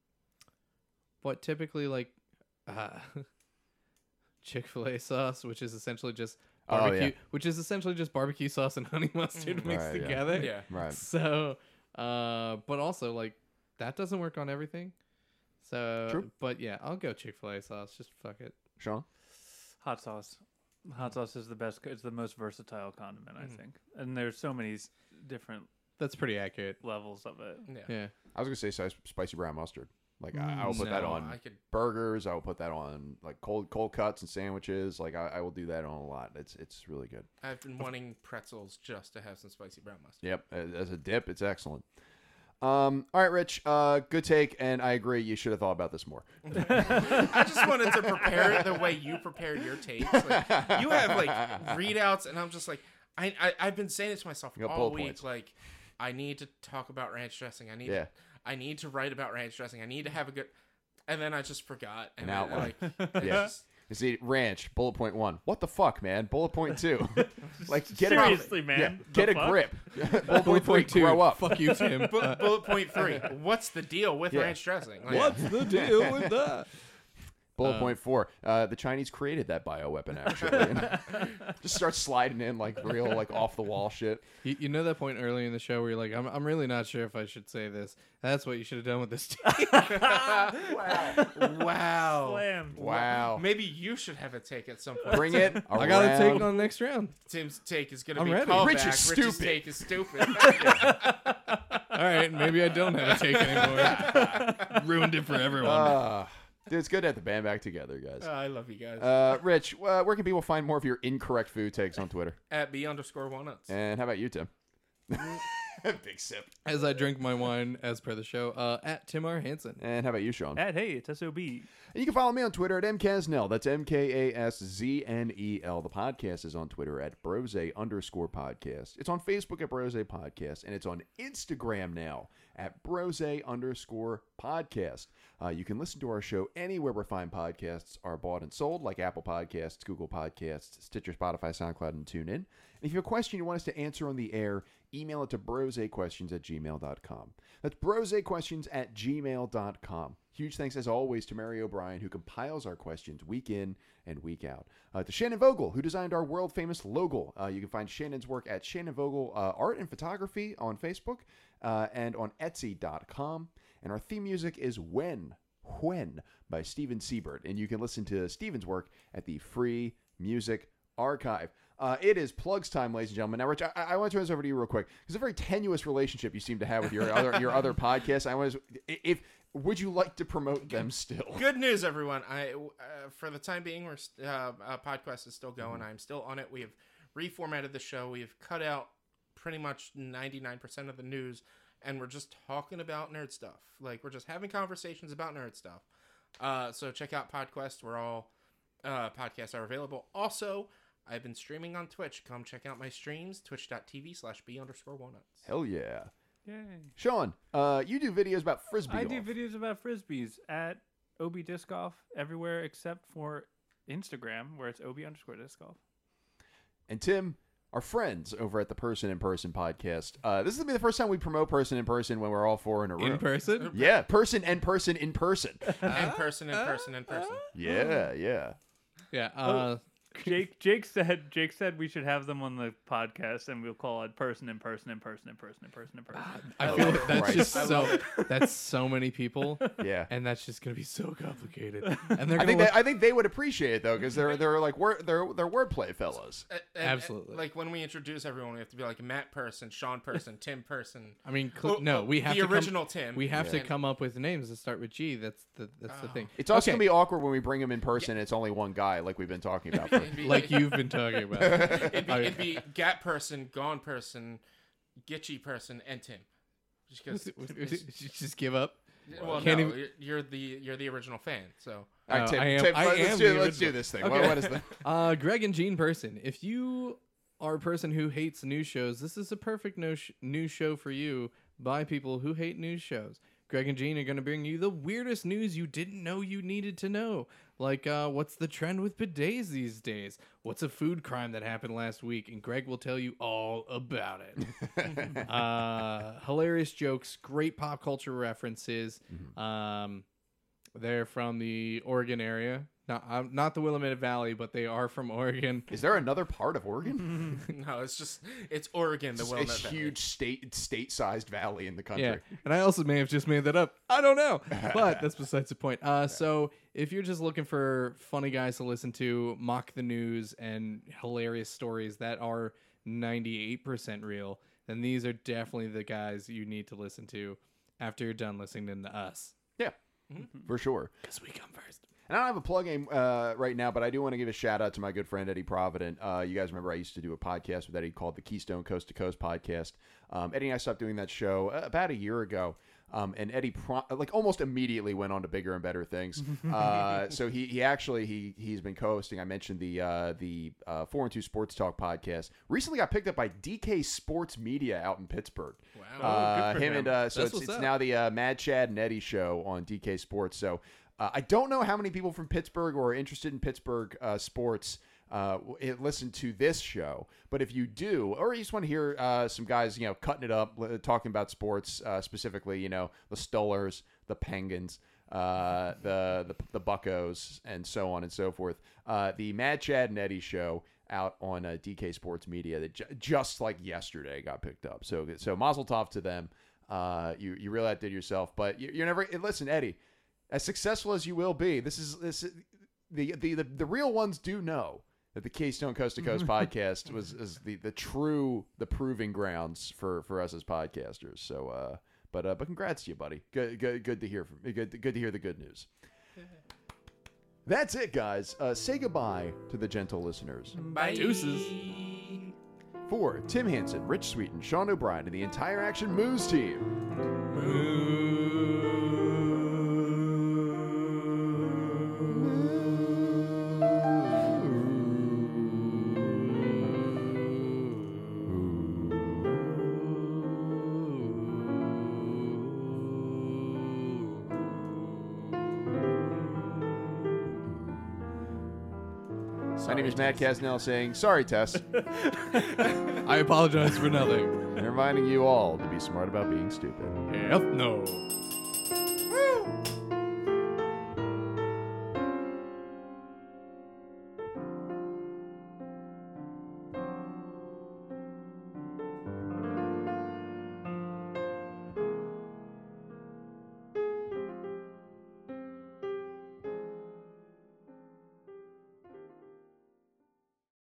[SPEAKER 6] but typically like uh, Chick Fil A sauce, which is essentially just
[SPEAKER 3] Oh, yeah. Mm,
[SPEAKER 6] barbecue, which is essentially just barbecue sauce and honey mustard mixed
[SPEAKER 3] Right, yeah.
[SPEAKER 6] together.
[SPEAKER 5] Yeah.
[SPEAKER 3] Right.
[SPEAKER 6] So, uh, but also like that doesn't work on everything. So,
[SPEAKER 3] True.
[SPEAKER 6] but yeah, I'll go Chick Fil A sauce. Just fuck it.
[SPEAKER 3] Sean?
[SPEAKER 4] Hot sauce. Hot sauce is the best. It's the most versatile condiment, I think. And there's so many s- different
[SPEAKER 6] That's pretty accurate.
[SPEAKER 4] levels of it.
[SPEAKER 6] Yeah.
[SPEAKER 3] I was gonna say si- spicy brown mustard. Like I, I will put that
[SPEAKER 6] no,
[SPEAKER 3] on
[SPEAKER 5] I could-
[SPEAKER 3] burgers. I will put that on like cold cold cuts and sandwiches. Like I, I will do that on a lot. It's it's really good.
[SPEAKER 5] I've been wanting pretzels just to have some spicy brown mustard.
[SPEAKER 3] Yep, as as a dip, it's excellent. Um, all right, Rich, uh, good take, and I agree. You should have thought about this more.
[SPEAKER 5] I just wanted to prepare it the way you prepared your takes. Like, you have like readouts, and I'm just like, I, I I've been saying it to myself
[SPEAKER 3] You got
[SPEAKER 5] all
[SPEAKER 3] bullet
[SPEAKER 5] week.
[SPEAKER 3] points.
[SPEAKER 5] Like, I need to talk about ranch dressing. I need.
[SPEAKER 3] Yeah.
[SPEAKER 5] To, I need to write about ranch dressing. I need to have a good. And then I just forgot.
[SPEAKER 3] An
[SPEAKER 5] And then,
[SPEAKER 3] outline.
[SPEAKER 5] Like, it's
[SPEAKER 3] Yeah.
[SPEAKER 5] just-
[SPEAKER 3] You see, ranch bullet point one. What the fuck, man? Bullet point two. like get
[SPEAKER 4] Seriously,
[SPEAKER 3] a,
[SPEAKER 4] man.
[SPEAKER 3] yeah,
[SPEAKER 4] The
[SPEAKER 3] get a
[SPEAKER 4] fuck?
[SPEAKER 3] grip. bullet point three. Grow up.
[SPEAKER 6] Fuck you, Tim.
[SPEAKER 5] Bu- bullet point three. What's the deal with
[SPEAKER 3] Yeah.
[SPEAKER 5] ranch dressing? Like,
[SPEAKER 6] What's the deal with that?
[SPEAKER 3] Bullet point four. Uh, the Chinese created that bioweapon, actually. Just start sliding in like real, like off the wall shit.
[SPEAKER 6] You, you know that point early in the show where you're like, I'm, I'm really not sure if I should say this. That's what you should have done with this.
[SPEAKER 5] Wow.
[SPEAKER 4] Slammed.
[SPEAKER 3] Wow.
[SPEAKER 5] Maybe you should have a take at some point.
[SPEAKER 3] Bring it.
[SPEAKER 6] I got to take
[SPEAKER 3] around.
[SPEAKER 6] it on the next round.
[SPEAKER 5] Tim's take is gonna
[SPEAKER 6] I'm
[SPEAKER 5] be
[SPEAKER 6] ready.
[SPEAKER 5] callback.
[SPEAKER 3] Rich is
[SPEAKER 5] Rich's
[SPEAKER 3] stupid.
[SPEAKER 5] take is stupid.
[SPEAKER 6] All right. Maybe I don't have a take anymore. Ruined it for everyone.
[SPEAKER 3] Ah. Dude, it's good to have the band back together, guys.
[SPEAKER 5] Oh, I love you guys.
[SPEAKER 3] Uh, Rich, uh, where can people find more of your incorrect food takes on Twitter?
[SPEAKER 5] At B underscore walnuts.
[SPEAKER 3] And how about you, Tim? Big sip.
[SPEAKER 6] as I drink my wine, as per the show, uh, at Tim R. Hansen.
[SPEAKER 3] And how about you, Sean?
[SPEAKER 4] At hey, it's sob.
[SPEAKER 3] And you can follow me on Twitter at mkasnell. That's M K A S Z N E L. The podcast is on Twitter at brose underscore podcast. It's on Facebook at brose podcast, and it's on Instagram now at brose underscore podcast. Uh, you can listen to our show anywhere where fine podcasts are bought and sold, like Apple Podcasts, Google Podcasts, Stitcher, Spotify, SoundCloud, and TuneIn. And if you have a question you want us to answer on the air, email it to brosequestions at gmail.com. That's brosequestions at gmail.com. Huge thanks, as always, to Mary O'Brien, who compiles our questions week in and week out. Uh, to Shannon Vogel, who designed our world famous logo. Uh, you can find Shannon's work at Shannon Vogel uh, Art and Photography on Facebook uh, and on Etsy.com. And our theme music is When When by Steven Siebert. And you can listen to Steven's work at the Free Music Archive. Uh, it is plugs time, ladies and gentlemen. Now, Rich, I, I want to turn this over to you real quick. It's a very tenuous relationship you seem to have with your other your other podcasts. I want to, if would you like to promote them still?
[SPEAKER 5] Good news, everyone. I uh, for the time being, we're st- uh, uh, podcast is still going. I'm still on it. We have reformatted the show. We have cut out pretty much 99% of the news, and we're just talking about nerd stuff. Like we're just having conversations about nerd stuff. Uh, so check out Podquest. We're all uh, podcasts are available. Also, I've been streaming on Twitch. Come check out my streams. Twitch.tv slash b underscore walnuts.
[SPEAKER 3] Hell yeah,
[SPEAKER 4] Yay.
[SPEAKER 3] Sean. Uh, you do videos about frisbee.
[SPEAKER 4] I do
[SPEAKER 3] golf.
[SPEAKER 4] videos about frisbees at OB Disc Golf everywhere except for Instagram, where it's OB underscore disc golf.
[SPEAKER 3] and Tim are friends over at the Person in Person podcast. Uh, this is gonna be the first time we promote Person in Person when we're all four in a room.
[SPEAKER 6] in
[SPEAKER 5] Oh.
[SPEAKER 6] person.
[SPEAKER 3] Yeah, person and person in person.
[SPEAKER 5] In person, in person, in person.
[SPEAKER 3] Yeah, yeah.
[SPEAKER 6] Yeah. Uh,
[SPEAKER 4] Jake Jake said Jake said we should have them on the podcast and we'll call it person in person in person in person in person in person.
[SPEAKER 6] I
[SPEAKER 5] Oh,
[SPEAKER 6] feel like that's
[SPEAKER 3] Christ.
[SPEAKER 6] just so. That's so many people.
[SPEAKER 3] Yeah.
[SPEAKER 6] And that's just gonna be so complicated. And they're
[SPEAKER 3] I
[SPEAKER 6] gonna
[SPEAKER 3] think
[SPEAKER 6] look
[SPEAKER 3] they, I think they would appreciate it though because they're they're like word, they're they're wordplay fellows.
[SPEAKER 6] uh,
[SPEAKER 5] And- and-
[SPEAKER 6] Absolutely.
[SPEAKER 5] like when we introduce everyone, we have to be like Matt person, Sean person, Tim person.
[SPEAKER 6] I mean, cl-
[SPEAKER 5] Oh,
[SPEAKER 6] no,
[SPEAKER 5] oh,
[SPEAKER 6] we have
[SPEAKER 5] the
[SPEAKER 6] to come-
[SPEAKER 5] original Tim.
[SPEAKER 6] We have to
[SPEAKER 5] Yeah. Oh.
[SPEAKER 6] come up with names that start with G. That's the that's the thing.
[SPEAKER 3] It's also
[SPEAKER 6] Okay,
[SPEAKER 3] gonna be awkward when we bring them in person. and It's only one guy, like we've been talking about. For,
[SPEAKER 5] It'd be,
[SPEAKER 6] like Oh, you've been talking about.
[SPEAKER 5] it'd be, it'd be Gat person, Gone person, Gitchy person, and Tim. Just because,
[SPEAKER 6] just give up.
[SPEAKER 5] well,
[SPEAKER 6] Can't
[SPEAKER 5] no,
[SPEAKER 6] even-
[SPEAKER 5] you're- you're the you're the original fan, so
[SPEAKER 3] All right,
[SPEAKER 6] No,
[SPEAKER 3] Tim,
[SPEAKER 6] I am-
[SPEAKER 3] Tim,
[SPEAKER 6] I
[SPEAKER 3] let's,
[SPEAKER 6] am
[SPEAKER 3] do,
[SPEAKER 6] the
[SPEAKER 3] let's do
[SPEAKER 6] original.
[SPEAKER 3] this thing. What- what is the
[SPEAKER 6] Uh, Greg and Gene Person, if you are a person who hates news shows, this is a perfect no sh- news show for you by people who hate news shows. Greg and Gene are going to bring you the weirdest news you didn't know you needed to know. Like, uh, what's the trend with bidets these days? What's a food crime that happened last week? And Greg will tell you all about it. uh, hilarious jokes, great pop culture references. Um, they're from the Oregon area. Not, um, not the Willamette Valley, but they are from Oregon.
[SPEAKER 3] Is there another part of Oregon?
[SPEAKER 5] no, it's just it's Oregon, the
[SPEAKER 3] It's
[SPEAKER 5] well
[SPEAKER 3] a huge state state sized valley in the
[SPEAKER 6] Yeah.
[SPEAKER 3] country.
[SPEAKER 6] And I also may have just made that up. I don't know. But that's besides the point. Uh, so if you're just looking for funny guys to listen to, mock the news, and hilarious stories that are 98% real, then these are definitely the guys you need to listen to after you're done listening to us.
[SPEAKER 3] Yeah,
[SPEAKER 6] Mm-hmm.
[SPEAKER 3] for sure.
[SPEAKER 6] Because we come first.
[SPEAKER 3] And I don't have a plug in uh, right now, but I do want to give a shout out to my good friend Eddie Provident. Uh, you guys remember I used to do a podcast with Eddie called the Keystone Coast to Coast podcast. Um, Eddie and I stopped doing that show uh, about a year ago. Um, and Eddie, pro- like almost immediately, went on to bigger and better things. Uh, so he, he actually he he's been co-hosting. I mentioned the uh, the uh, four and two sports talk podcast. Recently got picked up by DK Sports Media out in Pittsburgh. Wow,
[SPEAKER 6] Oh,
[SPEAKER 3] uh, him, and uh, so
[SPEAKER 6] That's
[SPEAKER 3] it's,
[SPEAKER 6] what's
[SPEAKER 3] it's
[SPEAKER 6] up.
[SPEAKER 3] now now the uh, Mad Chad and Eddie show on DK Sports. So uh, I don't know how many people from Pittsburgh or are interested in Pittsburgh uh, sports. Uh, w- it- listen to this show, but if you do, or you just want to hear uh, some guys, you know, cutting it up, li- talking about sports uh, specifically, you know, the Stollers, the Penguins, uh, the, the the Buckos, and so on and so forth. Uh, the Mad Chad and Eddie show out on uh, DK Sports Media that j- just like yesterday got picked up. So so Mazel Tov to them. Uh, you you really outdid yourself, but you, you're never. and Listen, Eddie, as successful as you will be, this is this is- the the the, the real ones do know that the Keystone Coast to Coast podcast was is the the true the proving grounds for for us as podcasters. So. uh but, uh, but congrats to you, buddy. Good, good, good to hear from. Good, good to hear the good news. That's it, guys. Uh, say goodbye to the gentle listeners.
[SPEAKER 6] Deuces.
[SPEAKER 3] For Tim Hansen, Rich Sweeten, Sean O'Brien, and the entire Action Moves team. My name is Matt Casnell saying, sorry, Tess.
[SPEAKER 6] I apologize for nothing.
[SPEAKER 3] and reminding you all to be smart about being stupid.
[SPEAKER 6] F no.